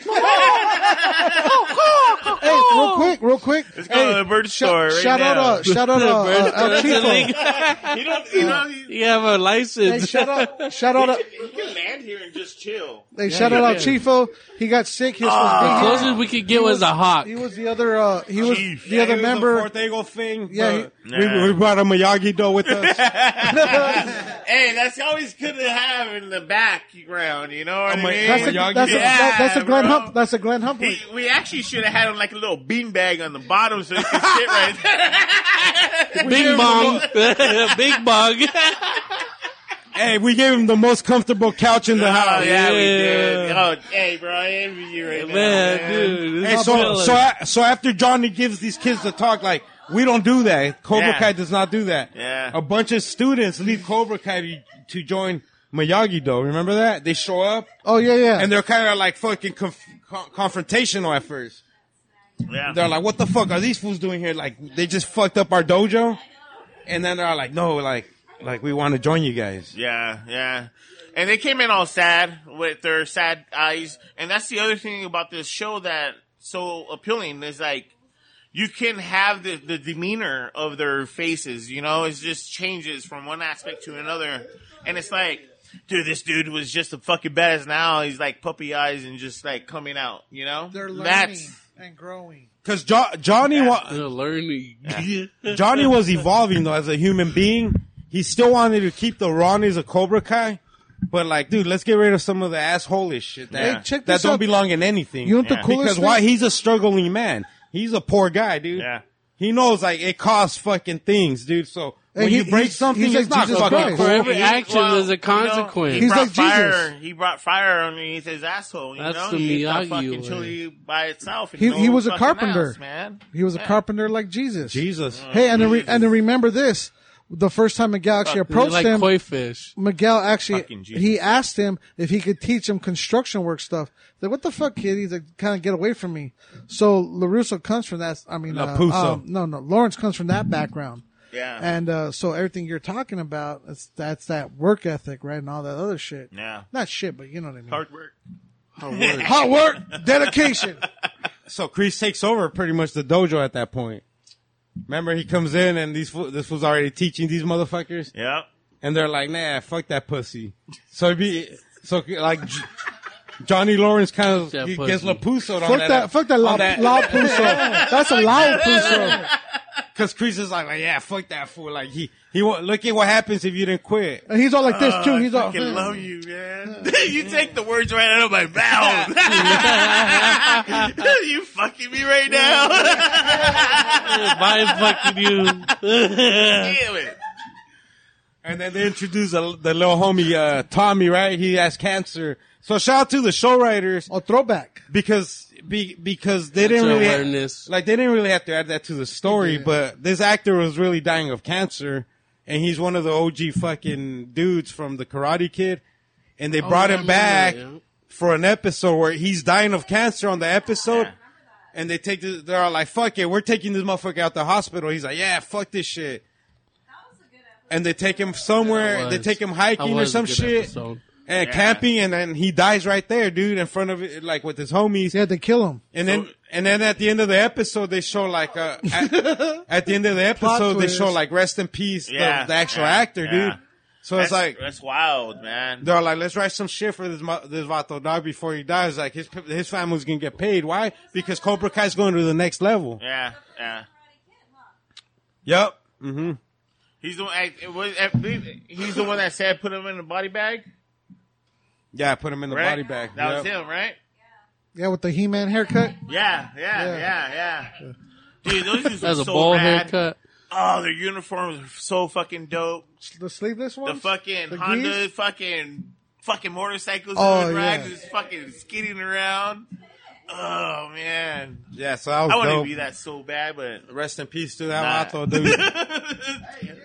real quick, real quick. Let's go to the bird store right shout now. out, uh, shout out, uh, uh, El Chico. <laughs> You don't, you know, you, You have a Hey, license. shout out, shout out, uh, you can land here and just chill. they shout out, El Chifo. He got sick. His Ah. The was closest we could get was, a hawk. big. He was the other. Uh, he was Chief. the other It was member. fourth eagle thing. Yeah, but we, we brought a Miyagi Do with <laughs> us. Hey, that's always good to have in the background, you know what I'm I like, mean? That's a, Y'all that's, a, get- that- that's a Yeah, Glenn bro. Hump. That's a Glenn Hump. He- we actually should have had him like a little beanbag on the bottom so he could sit right <laughs> there. <laughs> Bing bong. Big bong. <laughs> hey, we gave him the most comfortable couch in the Oh, house. yeah, we did. Yeah. Oh, hey, bro, I envy you right now. Man, dude. Hey, this is so killing. so a- so after Johnny gives these kids the talk, like we don't do that. Cobra Yeah. Kai does not do that. Yeah. A bunch of students leave Cobra Kai to, to join Miyagi Do. Remember that? They show up Oh yeah, yeah. and they're kind of like fucking conf- con- confrontational at first. Yeah. They're like, "What the fuck are these fools doing here? Like they just fucked up our dojo." And then they're like, "No, like like we want to join you guys." Yeah, yeah. And they came in all sad with their sad eyes. And that's the other thing about this show that's so appealing is like you can have the, the demeanor of their faces, you know, it just changes from one aspect to another. And it's like, dude, this dude was just a fucking badass now. He's like puppy eyes and just like coming out, you know? they're learning That's and growing. Cuz jo- Johnny wa- They're learning. <laughs> Johnny was evolving though as a human being. He still wanted to keep the rawness of Cobra Kai, but like, dude, let's get rid of some of the assholish shit that, Hey, check that this don't out. belong in anything. You know what the coolest because thing- why? He's a struggling man. He's a poor guy, dude. Yeah. He knows like it costs fucking things, dude. So And When he- you break he's- something, he's like it's not Jesus fucking Christ. cool. For every He- action, well, there's you a know, consequence. he He's brought like Jesus. fire. He brought fire underneath his asshole. You That's know, the he ate that Miyagi fucking way. chili by itself. and He- no he was a fucking carpenter. else, man. <laughs> He was a Yeah. carpenter like Jesus. Jesus. Hey, and then re- and then remember this: the first time Miguel actually They're approached like him, koi fish. Miguel actually Fucking Jesus. he asked him if he could teach him construction work stuff. He's like, what the fuck, kid? He's like, kind of get away from me. So Larusso comes from that. I mean, uh, Lapuso. um, no, no, Lawrence comes from that background. Yeah. And uh, so everything you're talking about, it's, that's that work ethic, right, and all that other shit. Yeah. not shit, but you know what I mean. Hard work. <laughs> Hard work, dedication. <laughs> So Kreese takes over pretty much the dojo at that point. Remember, he comes in and these fo- this was already teaching these motherfuckers, Yep. and they're like, "Nah, fuck that pussy." So it'd be so like J- Johnny Lawrence kind of That he pussy. gets Lapuso on fuck that, fuck that, la, on <laughs> la <laughs> puso. That's a <laughs> la puso. Because Kreese is like, like, "Yeah, fuck that fool." Like he he won't, look at what happens if you didn't quit. And he's all like this too. He's I all. fucking love you, man. you take the words right out of my mouth. <laughs> you fucking me right now. <laughs> Bye, fucking you. Damn it. And then they introduce the, the little homie uh, Tommy, right? He has cancer. So shout out to the show writers Oh, throwback. because be, because they didn't really awareness. like they didn't really have to add that to the story, but this actor was really dying of cancer, and he's one of the OG fucking dudes from the Karate Kid, and they brought Oh, yeah, Oh, him I remember back that, yeah. for an episode where he's dying of cancer on the episode. And they take this, they're all like, fuck it, we're taking this motherfucker out the hospital. He's like, yeah, fuck this shit. And they take him somewhere, they was. take him That hiking or was a some good shit episode. and camping and then he dies right there, dude, in front of it, like with his homies. They had to kill him. And then, and then at the end of the episode, they show like, <laughs> uh, at, at the end of the episode, they twist. show like rest in peace, the- Yeah, the, actual yeah, actor, yeah. dude. So That's it's like, that's wild, man. they're like, let's write some shit for this, mo- this Vato dog before he dies. Like his, his family's gonna get paid. Why? Because Cobra Kai's going to the next level. Yeah, yeah. Yep. Mm-hmm. He's the one. I, it was, I believe he's the one that said put him in the body bag. Yeah, put him in the Right? body bag. That was Yep. him, right? Yeah, with the He-Man haircut. Yeah, yeah, yeah, yeah. Dude, those dudes were That's a so ball rad. haircut. Oh, their uniforms are so fucking dope. The sleeveless The one. fucking The Honda, geese? fucking fucking motorcycles Oh, and rags yeah. is fucking skidding around. Oh man, Yeah, so that was I want to dope. be that so bad, but Rest in peace to that Vato, <laughs> dude. <laughs>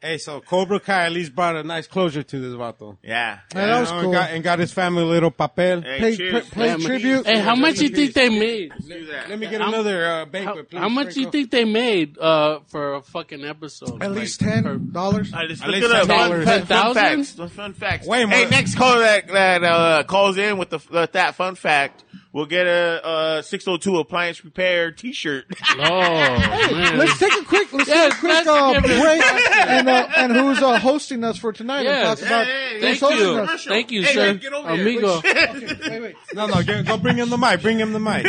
hey, so Cobra Kai at least brought a nice closure to this Vato. yeah. Yeah, that was You know, cool. and, uh, got, and got his family a little papel. Hey, Pay, cheers. pay- pay Hey, tribute. Hey, how much you think they made? Let's do that. Let me get another uh, How, banquet, please. how much you Franco. think they made uh, for a fucking episode? At Like, least per- ten dollars. All right, let's At look least it up. $10. Fun, fa- fun 10,000? facts. Those Fun facts. Way more. hey, next caller that, that uh, calls in with the with that fun fact will get a, uh 602 appliance repair T-shirt. <laughs> Oh man. Let's take a quick. Let's Yeah, take a quick let's uh, give it- break. <laughs> and uh, and who's uh, hosting us for tonight? Yeah. And talk about Hey, hey, who's Thank Social hosting you, us. thank you, Hey, sir, man, get over here. <laughs> amigo. Wait, wait. <laughs> No, no, go, go bring him the mic. Bring him the mic.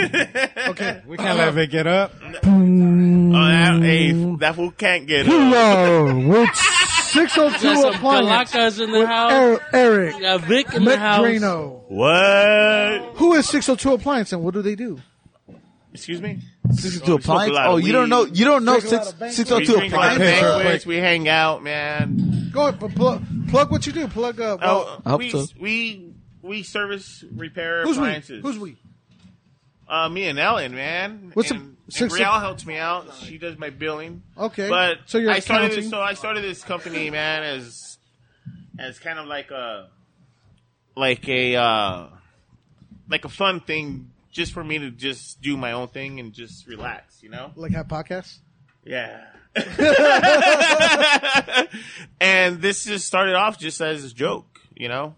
Okay. We can't let Vic get up. oh, that, hey, that fool can't get it. Hello, with 602 Got some appliance. Calacas in the house. Er- Eric We Got Vic in the house. Medrano. What? Who is 602 appliance and what do they do? Excuse me. Six Oh, oh we smoke a appliance. lot of Oh, you don't weed. know. You don't know Drink a lot six of banquets. six oh We two drink like appliance. banquets. We hang out, man. Go ahead, pl- plug, plug what you do. Plug uh, up. Oh, I hope we, so. we we service repair who's we? appliances. Who's we? Uh, me and Ellen, man. What's the- and, and six- Brielle helps me out. She does my billing. Okay. But so you're I started accounting. this, so I started this company, man, as as kind of like a like a uh, like a fun thing just for me to just do my own thing and just relax, you know? like have podcasts. Yeah. <laughs> and this just started off just as a joke, you know.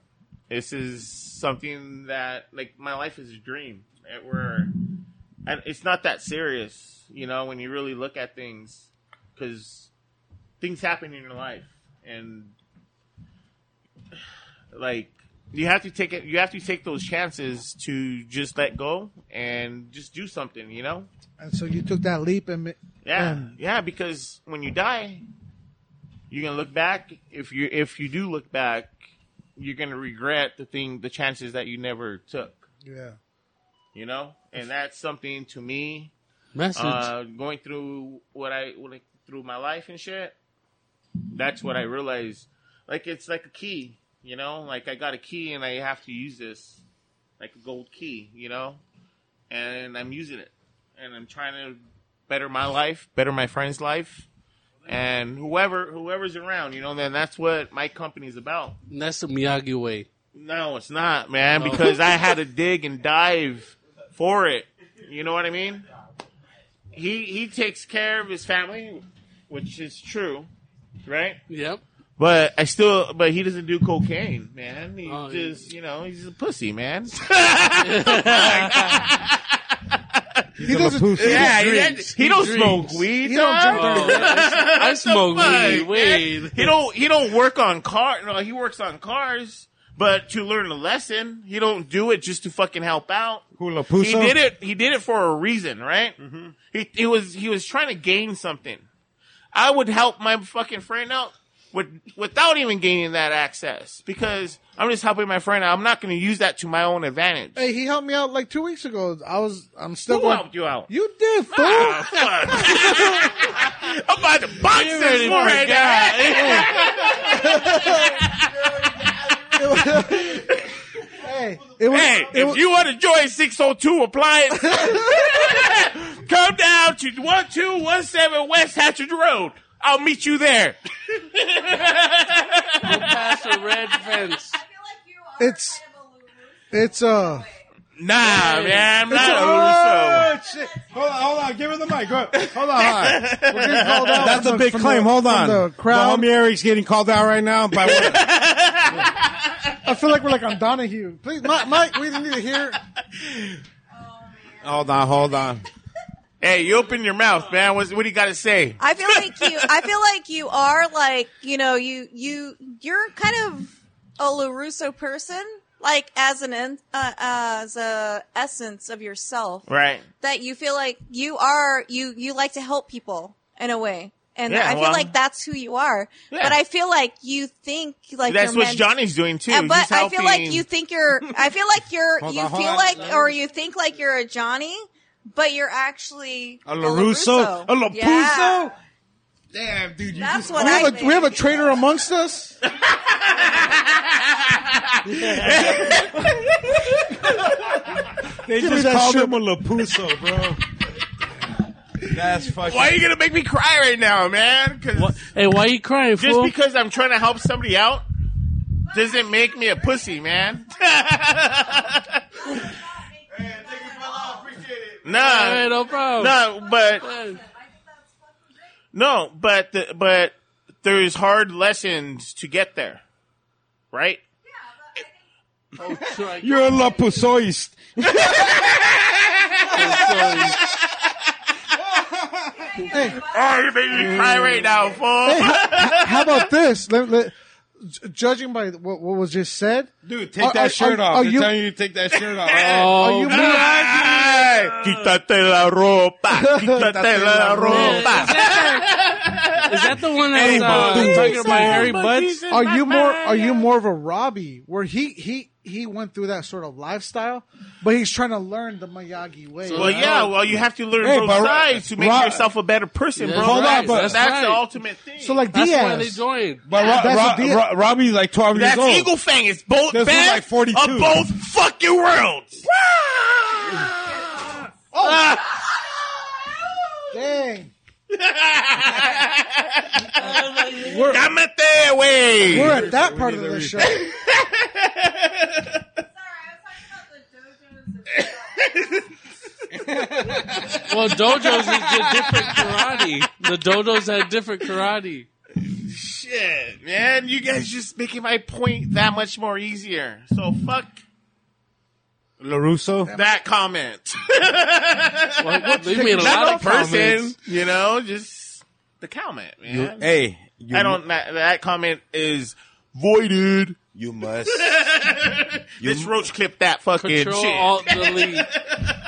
This is something that like my life is a dream. It, where and it's not that serious, you know, when you really look at things cuz things happen in your life and <sighs> like you have to take it you have to take those chances to just let go and just do something, you know? And so you took that leap and. Yeah, and- yeah. Because when you die, you're gonna look back. If you if you do look back, you're gonna regret the thing, the chances that you never took. yeah. You know, and that's something to me. Message. Uh, going through what I what I through my life and shit, that's what I realized. Like it's like a key, you know. Like I got a key and I have to use this, like a gold key, you know. And I'm using it, and I'm trying to better my life, better my friend's life, and whoever whoever's around, you know. Then that's what my company's about. And that's the Miyagi way. No, it's not, man, because I had to dig and dive for it. You know what I mean? He he takes care of his family, which is true, right? Yep. But I still, but he doesn't do cocaine, man. He Oh, yeah. just, you know, he's a pussy, man. <laughs> He doesn't. yeah, he, he don't drinks. smoke weed. He don't dog. Oh, <laughs> I smoke weed. Wait. He don't he don't work on car. No, he works on cars, but to learn a lesson. He don't do it just to fucking help out. Hula He Puso? did it. He did it for a reason, right? Mm-hmm. He, he was he was trying to gain something. I would help my fucking friend out with without even gaining that access because I'm just helping my friend out. I'm not going to use that to my own advantage. Hey, he helped me out like two weeks ago. I was. I'm still Who going. helped you out? You did, fool. Ah, <laughs> fuck. I'm about to box this one right <laughs> now. <laughs> hey, it was. Hey, it if was, you want to join <laughs> 602 Appliance, come down to 1217 West Hatchet Road. I'll meet you there. Past the red fence. It's- it's uh. Nah, man, I'm not a Oh, shit. Hold on, hold on. Give her the mic. Go. Hold on. hold on. That's from a the- big from claim. the- Hold from on. the crowd. My homie Eric's getting called out right now by one. I feel like we're like on Donahue. Please, Mike. Mike we need to hear. hold on, hold on. Hey, you open your mouth, man. What's, what do you got to say? I feel like you. I feel like you are like you know you you you're kind of a Larusso person, like as an en- uh, as a essence of yourself <laughs> Right. that you feel like you are you you like to help people in a way. And Yeah, I feel well- like that's who you are. Yeah. But I feel like you think like That's you're what meant- Johnny's doing too. And- He's but I feel like helping- you think you're. I feel like you're. <laughs> Hold you on, hold feel on. like, or you think like you're a Johnny, but you're actually A LaRusso? A Oh. LaPuso? Yeah, Damn, dude. You that's We what I have, think. a, we have a traitor amongst us. they Give me just that called shit. him a Lapuso, bro. That's fucking. Why are you going to make me cry right now, man? 'Cause Hey, why you crying, just fool? because I'm trying to help somebody out doesn't make me a pussy, man. <laughs> Hey, Nah, no problem. no, but Hey. No, but the, but there's hard lessons to get there, right? So I can <laughs> You're a Lapusoist. so- Oh, you making me cry right now, fool. How about this? Let, let, j- judging by what, what was just said, Dude, take Are- that are- shirt are- off. are They're you- telling you to take that shirt off. are Oh, you man. more, Ay, Quítate la <laughs> ropa, quítate la ropa. Is that the one that's uh, talking about Harry Butts? are you more are you more of a Robbie? Where he he he went through that sort of lifestyle, but he's trying to learn the Miyagi way. Well, yeah. Well, you have to learn Hey, both but- sides to make Ro- yourself a better person, Yeah, bro. hold on, That's- but- that's, that's the right. ultimate thing. so like That's why Diaz, they joined. But Ro- That's Ro- a deal. Ro- Robbie's like 12 that's years old. eagle fang. It's both This was best like 42. of both fucking worlds. Oh. Ah. <laughs> dang, Cámate, güey. we're at that part of the show. Well, dojos is a different karate. The dojos had different karate. Shit, man, you guys just making my point that much more easier. So fuck LaRusso? that comment. <laughs> Well, they made a lot Not of the person, comments. you know, just the comment, man. Hey, you, I don't. That, that comment is voided. You must. <laughs> This roach clip that fucking Control, shit. alt, <laughs> delete.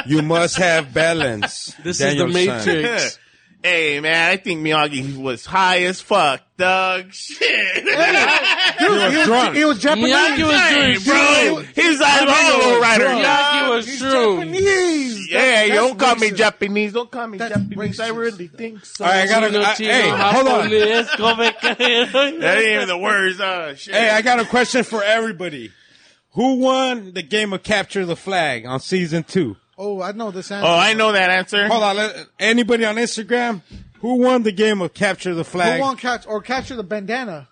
You must have balance. This Daniel's is the son. Matrix. <laughs> hey, man, I think Miyagi was high as fuck, dog. <laughs> Shit, He was drunk. He was Japanese. Miyagi was hey, doing bro, true. his eyes all was rider. Miyagi was He's true. Japanese. yeah, you that's don't call me racist. Japanese. Don't call me That's Japanese. I racist. really think so. All right, I gotta. Chino, I- chino, hey, hold on. japonés, come acá. <laughs> That ain't even the words. Uh, <laughs> shit. Hey, I got a question for everybody. Who won the game of capture the flag on season two? Oh, I know this answer. oh, I know that answer. Hold on, let, anybody on Instagram? Who won the game of capture the flag? Who won catch or capture the bandana?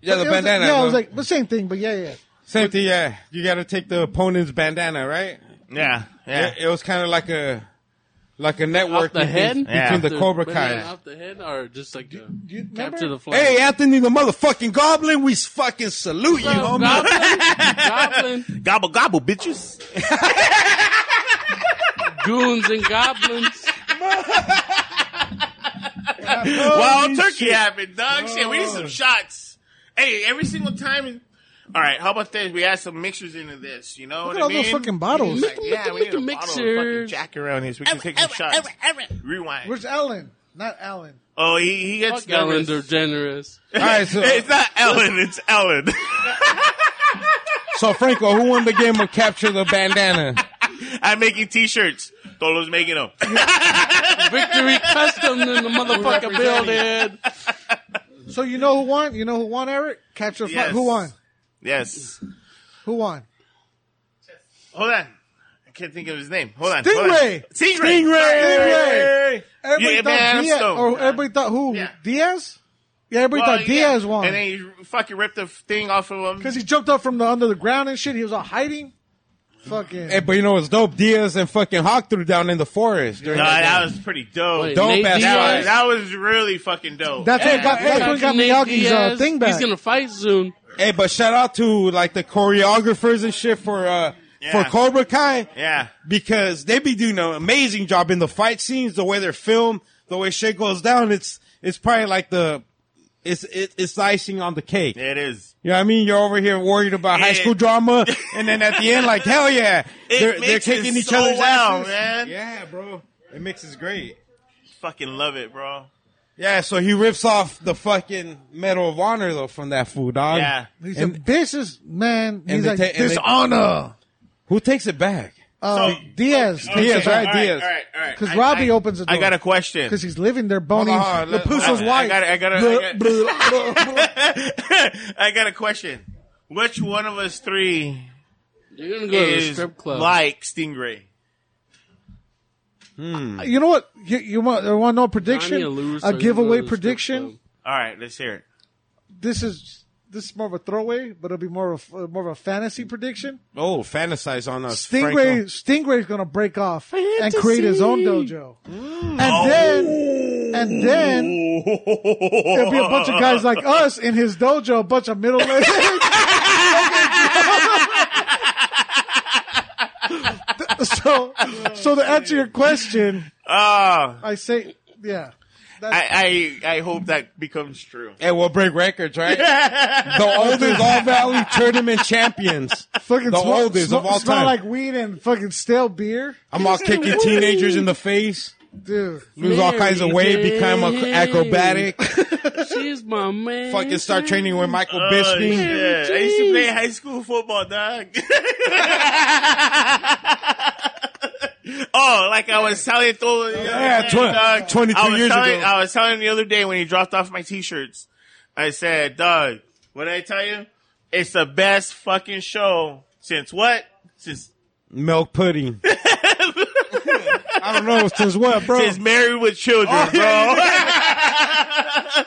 yeah, the It was- bandana. Yeah, I no? was like, but same thing. But yeah, yeah. Same thing, yeah. You got to take the opponent's bandana, right? Yeah, yeah. It, it was kind of like a like a network Off the head? between Yeah. the Cobra Banana Kai. Off the head or just like the, Do you remember? capture the flag. Hey, Anthony, the motherfucking Goblin, we fucking salute you, Goblin, homie. <laughs> goblin, Gobble gobble, bitches. goons and goblins. Wild turkey happened, dog. Shit, we need Oh. some shots. Hey, every single time. All right, how about this? We add some mixers into this. You know Look what at I all mean? those fucking bottles. Like, yeah, we need a Mixer, bottle of fucking mixers. Jack around here so we can take some shots. Rewind. Where's Ellen? Not Alan. oh, he, <laughs> he gets Fuck Ellen nervous. DeGeneres. All right, so <laughs> It's not Ellen. It's Ellen. <laughs> so Franco, who won the game of capture the bandana? I'm making T-shirts. Tolo's making <laughs> them. Victory Custom in the motherfucking building. <laughs> So you know who won? You know who won, Eric? Capture the flag. Yes. Who won? Yes. Who won? Hold on. I can't think of his name. Hold on. Hold on. Stingray. Stingray. Stingray. Everybody Yeah, thought man, I'm Diaz, stoned. or everybody thought who? Yeah. Diaz. Yeah, everybody Well, thought yeah. Diaz won. And then he fucking ripped the thing off of him. Because he jumped up from the under the ground and shit. He was all hiding. Fucking. Hey, but you know what's dope? Diaz and fucking Hawk threw down in the forest. during No, that that game. was pretty dope. Wait, Dope Nate ass that, was, guys. Diaz. that was really fucking dope. that's what got, that's what got Fucking Nate Miyagi's uh, Diaz. thing back. He's gonna fight soon. Hey, but shout out to like the choreographers and shit for uh Yeah. for Cobra Kai yeah. because they be doing an amazing job in the fight scenes, the way they're filmed, the way shit goes down. It's it's probably like the it's it, it's the icing on the cake. It is. You know what I mean? You're over here worried about high It- school <laughs> drama, and then at the end, like hell yeah, It they're they're mixes kicking each so other's well, asses. man. Yeah, bro, it mixes great. Fucking love it, bro. Yeah, so he rips off the fucking Medal of Honor though from that fool dog. Yeah. He's And- like, this is, man. He's they like, ta- and they- dishonor. Who takes it back? Uh, So- Diaz. Okay. Diaz, right, Diaz. All right, all right. Because I- Robbie I- opens the door. I got a question. Because he's living there, bony. Hold on, the let- I, Puso's I wife. got, I, got a, I, got, Blah, blah, <laughs> blah. I got a question. Which one of us three You're gonna go to the is strip club. like Stingray? Hmm. you know what? You, you want, you want no Johnny prediction? and Lou A started going giveaway to the strip club. prediction? All right, let's hear it. This is this is more of a throwaway, but it'll be more of a, more of a fantasy prediction. Oh, fantasize on us. Stingray Stingray's gonna break off and create his own <laughs> dojo, and then and then there'll There'll be a bunch of guys like us in his dojo, a bunch of middle aged. <laughs> so so to answer your question, Oh, I say yeah. That's, I, I I hope that becomes true. Hey, we'll break records, right? <laughs> the oldest All Valley tournament champions. fucking the smell, oldest smell, of all smell time. like weed and fucking stale beer, I'm all <laughs> kicking teenagers in the face, dude. lose all kinds of weight, become a, acrobatic, She's my man. fucking start training with Michael Oh, Bisping. shit. I used to play high school football, dog. <laughs> oh, like I was telling Thor, Yeah, tw- 22 I was years telling, ago. I was telling the other day when he dropped off my t-shirts. I said, dog, what did I tell you? It's the best fucking show since what? Since Milk <laughs> pudding. I don't know since what, bro. since Married with Children, Oh, bro.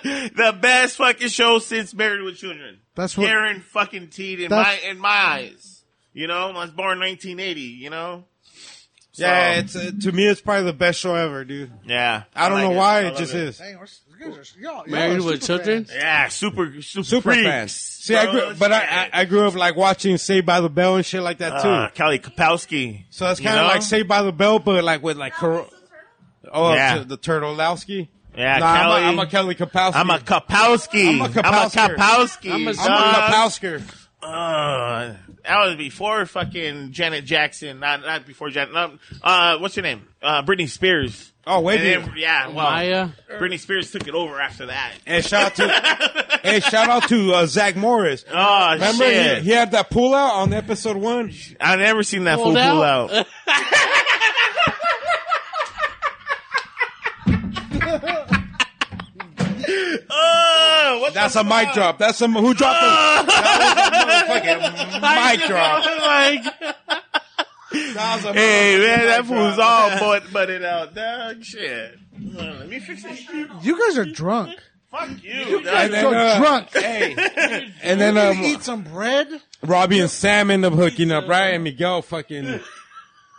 <laughs> the best fucking show since Married with Children. That's what- Karen fucking teed in my That's- in my eyes. You know, I was born 1980. You know. So, Yeah, it's uh, to me, it's probably the best show ever, dude. yeah. I don't like know why I it love just is. Dang, we're, you guys are, y'all, y'all Married are with super children? fans. Yeah, super super Super freaks, fast. See, I bro. grew, but I, I I grew up like watching Saved by the Bell and shit like that too. Uh, Kelly Kapowski. So it's you kind of know? like Saved by the Bell, but like with like cor- oh Yeah. t- the turtle Lowski. Yeah, nah, Kelly. I'm, a, I'm a Kelly Kapowski. I'm a Kapowski. I'm a I'm a Kapowsker. Kapowski. I'm a- I'm dog. a Kapowsker. Uh, that was before fucking Janet Jackson. Not not before Janet. no, uh, what's your name? Uh, Britney Spears. Oh wait, And a then, minute. yeah, well, Maya. Britney Spears took it over after that. and shout out <laughs> to and shout out to uh, Zach Morris. Oh Remember shit! he, he had that pull out on episode one. I never seen that Pulled fool pull out? out. <laughs> Oh, what Oh. That's a mic drop. That's some who dropped the <laughs> that was a motherfucking mic drop. like, That was a hey man, motherfucking that mic fool's drop. all butt butted out, dog. Shit. Hold on, Let me fix this. shit. You guys are drunk. Fuck you. And dog. then, so uh, drunk. Hey, <laughs> and then um, eat some bread. <laughs> Robbie and Sam end up hooking up, right? And Miguel fucking.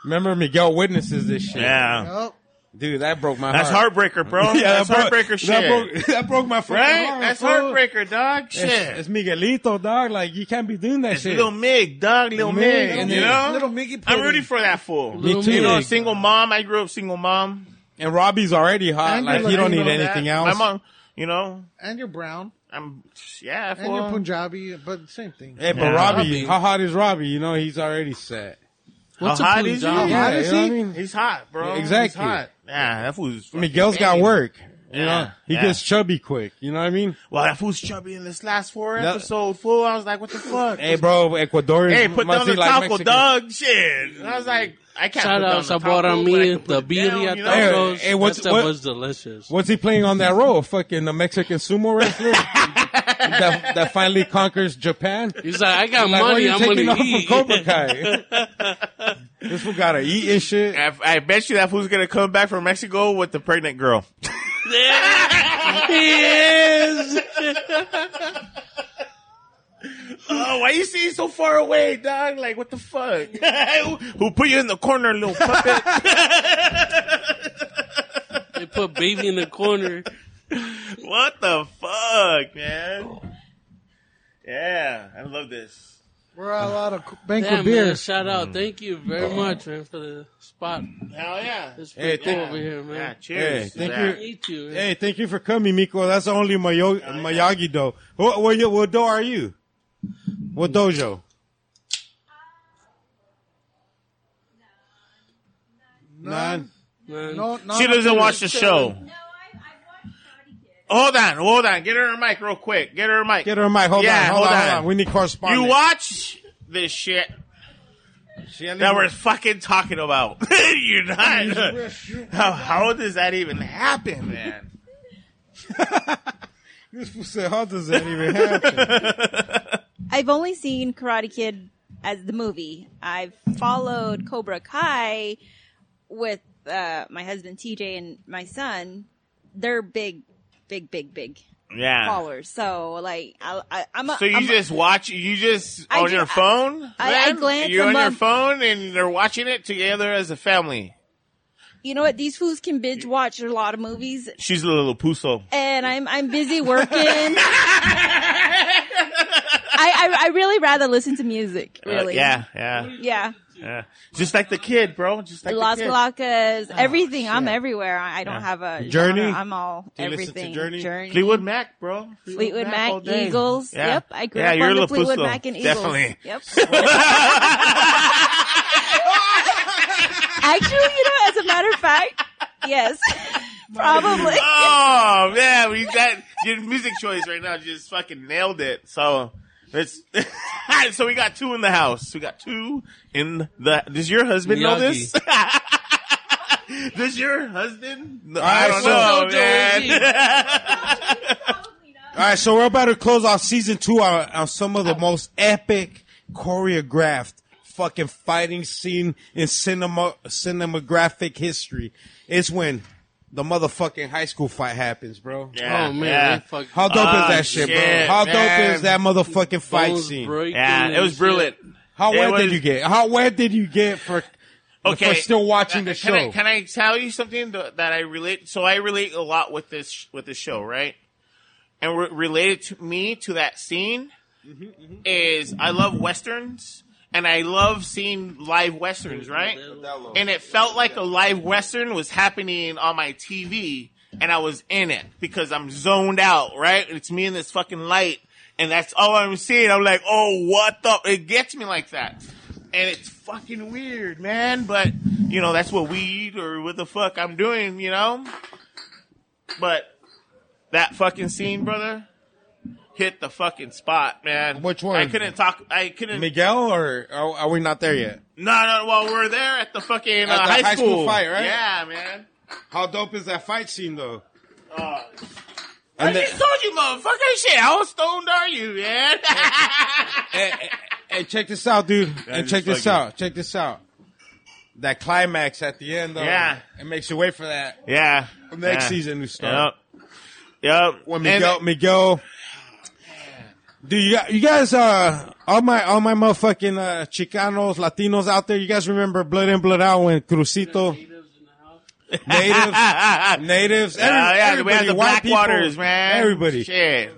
Remember, Miguel witnesses this shit. Yeah, Oh, Dude, that broke my that's heart. heartbreaker, <laughs> bro. that that's broke- heartbreaker shit. That broke, <laughs> that broke my fucking Right? heart, That's bro. heartbreaker, dog. Shit. It's, it's Miguelito, dog. Like, you can't be doing that It's shit. little Mig, dog, little Mig, Mig, and you then- know. little Miggy I'm pudding. rooting for that fool. Me Little too. You know, Mig. single mom. I grew up single mom. and Robbie's already hot. And Like, you're you don't Latino, need that- anything My else. mom, you know, and you're brown, I'm yeah. and you're fool. Punjabi, but same thing. hey, but Yeah. Robbie, Robbie. how hot is Robbie? You know, he's already set. What's How a hot is Punjabi? he? Yeah, is you know what he? I mean? He's hot, bro. Yeah, exactly. He's hot. Yeah, that fool's. fucking Miguel's got angry. work. Yeah, You know, he yeah. gets chubby quick. You know what I mean? Well, that fool's chubby in this last four No. episode, fool. I was like, what the fuck? Hey, bro, Ecuadorians. Hey, put must down the eat like taco, Mexicans. dog. Shit. And I was like, I Shout can't. put out down the taco, Sabor but I me, can put the it down, birria you know? Hey, tacos. hey, what's- that stuff what- was delicious. What's he playing on that role? Fucking a Mexican sumo wrestler that, that finally conquers Japan. <laughs> He's like, I got Like, money. why I'm are you taking gonna off eat. from <laughs> Cobra Kai? this one gotta eat and shit. I, I bet you that fool's gonna come back from Mexico with the pregnant girl. he is. Oh, why you see so far away, dog? Like, what <laughs> the fuck? Who put you in the corner, little puppet? They put baby in the corner. what the fuck, man? Yeah, I love this. We're out a lot of banquet Damn, man, beers. shout out. Thank you very much, man, for the spot. Mm. Hell yeah. It's Oh. Hey, pretty cool thank- over here, man. Yeah, Hey, cheers. thank Yeah. you. Eat you. eh? man. Hey, thank you for coming, Miko. That's the only Oh, Mayo- Miyagi Do. What, what, you- what do are you? What dojo? None. Man. No, no, She doesn't watch the No, I, show. I've watched Karate Kid. Hold on, hold on. Get her a mic real quick. Get her a mic. Get her a mic. Hold Yeah, on. Hold, hold on. on. Hold on. We need correspondence. you watch this shit that we're fucking talking about. <laughs> You're not. <laughs> How, how does that even happen, man? This fool said, how does that <laughs> even happen? <laughs> I've only seen Karate Kid as the movie. I've followed Cobra Kai with uh, my husband TJ and my son. They're big, big, big, big Yeah. followers. So like, I, I, I'm a, So you I'm a- just watch you just I on ju- your phone? I- I man? glance You're on your among- phone and they're watching it together as a family. you know what? These fools can binge watch a lot of movies, She's a little puso. and I'm I'm busy working. <laughs> I, I I really rather listen to music. Really, Uh, yeah, yeah, yeah. yeah. Just like the kid, bro. Just like Las the kid. Galacas, everything. I'm everywhere. I I don't Yeah. have a Journey? genre. I'm all Do you listen to everything. Journey? Fleetwood Mac, <laughs> bro. Fleetwood all Mac, day. Eagles. Yeah. Yep, I grew Yeah, up you're on La the Fleetwood Puso. Mac and Eagles. Definitely. Yep. <laughs> Actually, you know, as a matter of fact, yes, <laughs> probably. Oh man, we that your music choice right now just fucking nailed it. So it's <laughs> so we got two in the house. We got two in the. Does your husband know this? <laughs> Does your husband? No, right, I don't so- know, What dojo is he? man. <laughs> All right, so we're about to close off season two on, on some of the most epic choreographed fucking fighting scene in cinema cinematographic history. It's when the motherfucking high school fight happens, bro. Yeah, oh man, yeah. they fuck- How dope Ah, is that shit, shit, bro? How dope man. is that motherfucking fight bones scene? breaking Yeah, it and was shit. brilliant. How It wet did was- you get? How wet did you get for Okay, for Uh, still watching the Can show? I, can I tell you something th- that I relate? So I relate a lot with this with this show, right? And re- related to me to that scene Mm-hmm. is I love westerns and I love seeing live westerns, right? And it felt like a live western was happening on my TV, and I was in it because I'm zoned out, right? It's me and this fucking light, and that's all I'm seeing. I'm like, oh, what the? It gets me like that, and it's fucking weird, man. But you know, that's what weed or what the fuck I'm doing, you know. But that fucking scene, brother, hit the fucking spot, man. Which one? I couldn't talk. I couldn't. Miguel, or are, are we not there yet? No, no. Well, we're there at the fucking uh, At the high, high school school. fight, right? Yeah, man. How dope is that fight scene, though? Oh, I And just the- told you, motherfucker. Shit, how stoned are you, man? <laughs> and, and check this out, dude. and is check this fucking- out. Check this out. That climax at the end, though, Yeah. it makes you wait for that yeah. next yeah. season to start. Yep. Yep. When And- Miguel, Miguel, dude, you, got, you guys, uh, all my, all my motherfucking uh, Chicanos, Latinos out there, you guys remember Blood In, Blood Out when Crucito, natives, <laughs> natives, every- Oh, yeah, we everybody, had the white Black people, Waters, man. everybody, <laughs> Shit.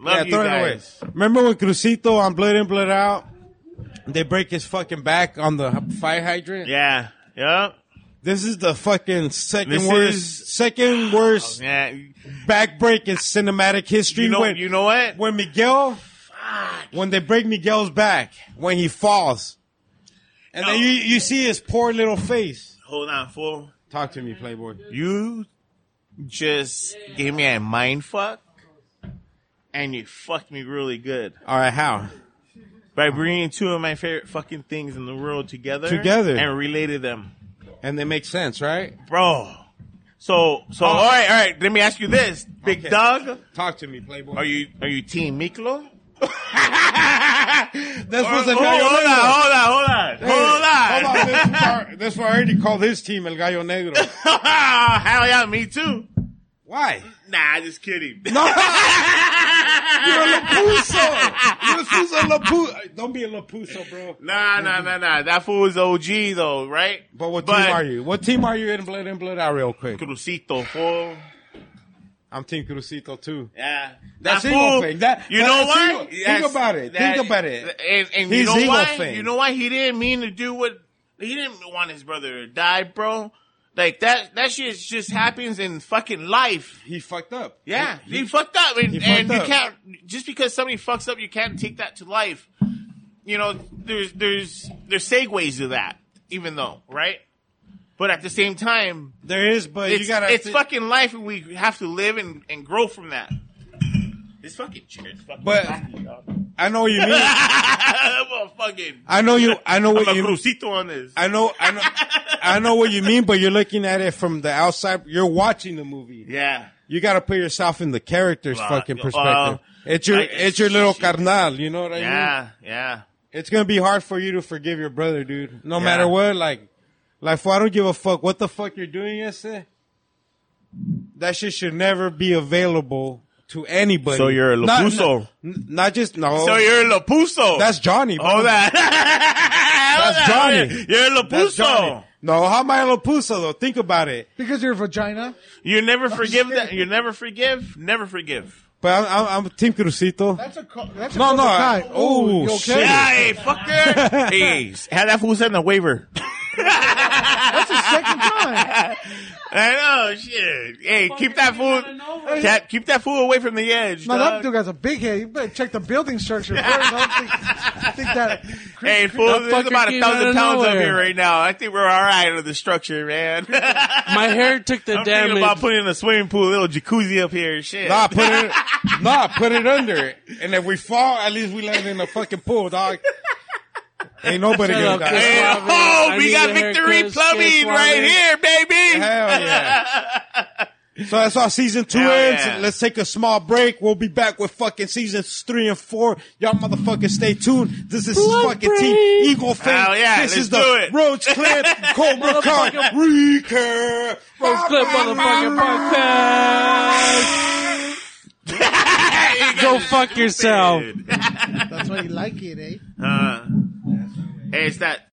Love you throw it guys. away. Remember when Crucito on Blood In, Blood Out, they break his fucking back on the fire hydrant? Yeah. Yep. This is the fucking second This worst, is- second worst Yeah. back break in cinematic history. You know, when, you know what? when Miguel, when they break Miguel's back, when he falls, and then No. you, you see his poor little face. Hold on, fool. Talk to me, Playboy. You just gave me a mind fuck, and you fucked me really good All right, how? by bringing two of my favorite fucking things in the world together, Together. and related them, And they make sense, right? Oh. bro. So, so all right, all right. Let me ask you this, Big Okay. Dog. Talk to me, Playboy. Are you are you Team Miklo? <laughs> This was Oh, a hold on, Gallo hold Negro. on, hold on, hold Hold on, on. this is our- this is why I already called his team El Gallo Negro. Hell yeah, me too. Why? Nah, just kidding. No, you're a <laughs> Lapuso. You're a Lapuso. Don't be a Lapuso, bro. Nah, nah, nah, nah. That fool is OG though, right? But what team are you? What team are you in Blood In, Blood Out real quick? Crucito, fool. I'm Team Crucito too. Yeah. That's that ego fool, thing. That- you that- know that's why? ego- think about it. Think about it. And, and His you know ego why? thing. You know why he didn't mean to do what he didn't want his brother to die, bro. Like that that shit just happens in fucking life. He fucked up. Yeah, he, fucked up, and, he and fucked you up. can't just because somebody fucks up, you can't take that to life. You know, there's there's there's segues to that, even though, right? But at the same time, There is, but it's, you gotta. it's fucking life, and we have to live and, and grow from that. This fucking chair is fucking. But- wacky, dog. I know what <laughs> you mean. I'm a fucking. I know you. I know I'm what a you. crucito on this. I know. I know. I know what you mean, but you're looking at it from the outside. You're watching the movie. yeah. You gotta put yourself in the character's Well, fucking well, perspective. it's your, I- it's your little shit. carnal. You know what I mean? Yeah. Yeah. It's gonna be hard for you to forgive your brother, dude. No Yeah. matter what, like, like, fool, I don't give a fuck what the fuck you're doing yesterday. That shit should never be available to anybody. So you're a Not- Lapuso. Not, not just no. So you're Lapuso. that's Johnny. bro. Hold on. <laughs> That's Johnny. You're Lapuso. That's Johnny. No, how am I a Lapuso though? Think about it. Because you're a vagina. You never forgive that. You never forgive. Never forgive. But I'm, I'm, I'm Team Crucito. That's a co- that's a No, no, Cobra I- Kai. oh, Ooh, you shit. okay? Yeah, hey, fucker. hey, had that fool send a waiver. Second time. <laughs> I know. Shit. Hey, keep that fool. <laughs> Keep, keep that fool away from the edge. No, that dog. dude has a big head. You better check the building structure first. I don't think, think that. <laughs> Hey, fool, there's fucker about a came out thousand of pounds up nowhere. here right now. I think we're all right under the structure, man. My hair took the <laughs> I'm thinking damage. about putting a swimming pool, a little jacuzzi up here and shit. Nah, put it. <laughs> nah, put it under. it. And if we fall, at least we land in the fucking pool, dog. Ain't nobody Shut gonna up, die. Chris. Hey, Suave. oh, I we need got a haircut, victory Skin plumbing Suave. right here, baby. Hell yeah. <laughs> So that's how season two Hell ends. yeah. Let's take a small break. We'll be back with fucking seasons three and four. Y'all motherfuckers stay tuned. This is fucking Team Eagle Fame. Hell yeah, this let's is do the it. Roach <laughs> Clip Cobra Kai Motherfucker. Recur. First clip, motherfucking podcast. <laughs> Go fuck yourself. That's why you like it, eh? Uh, hey, it's that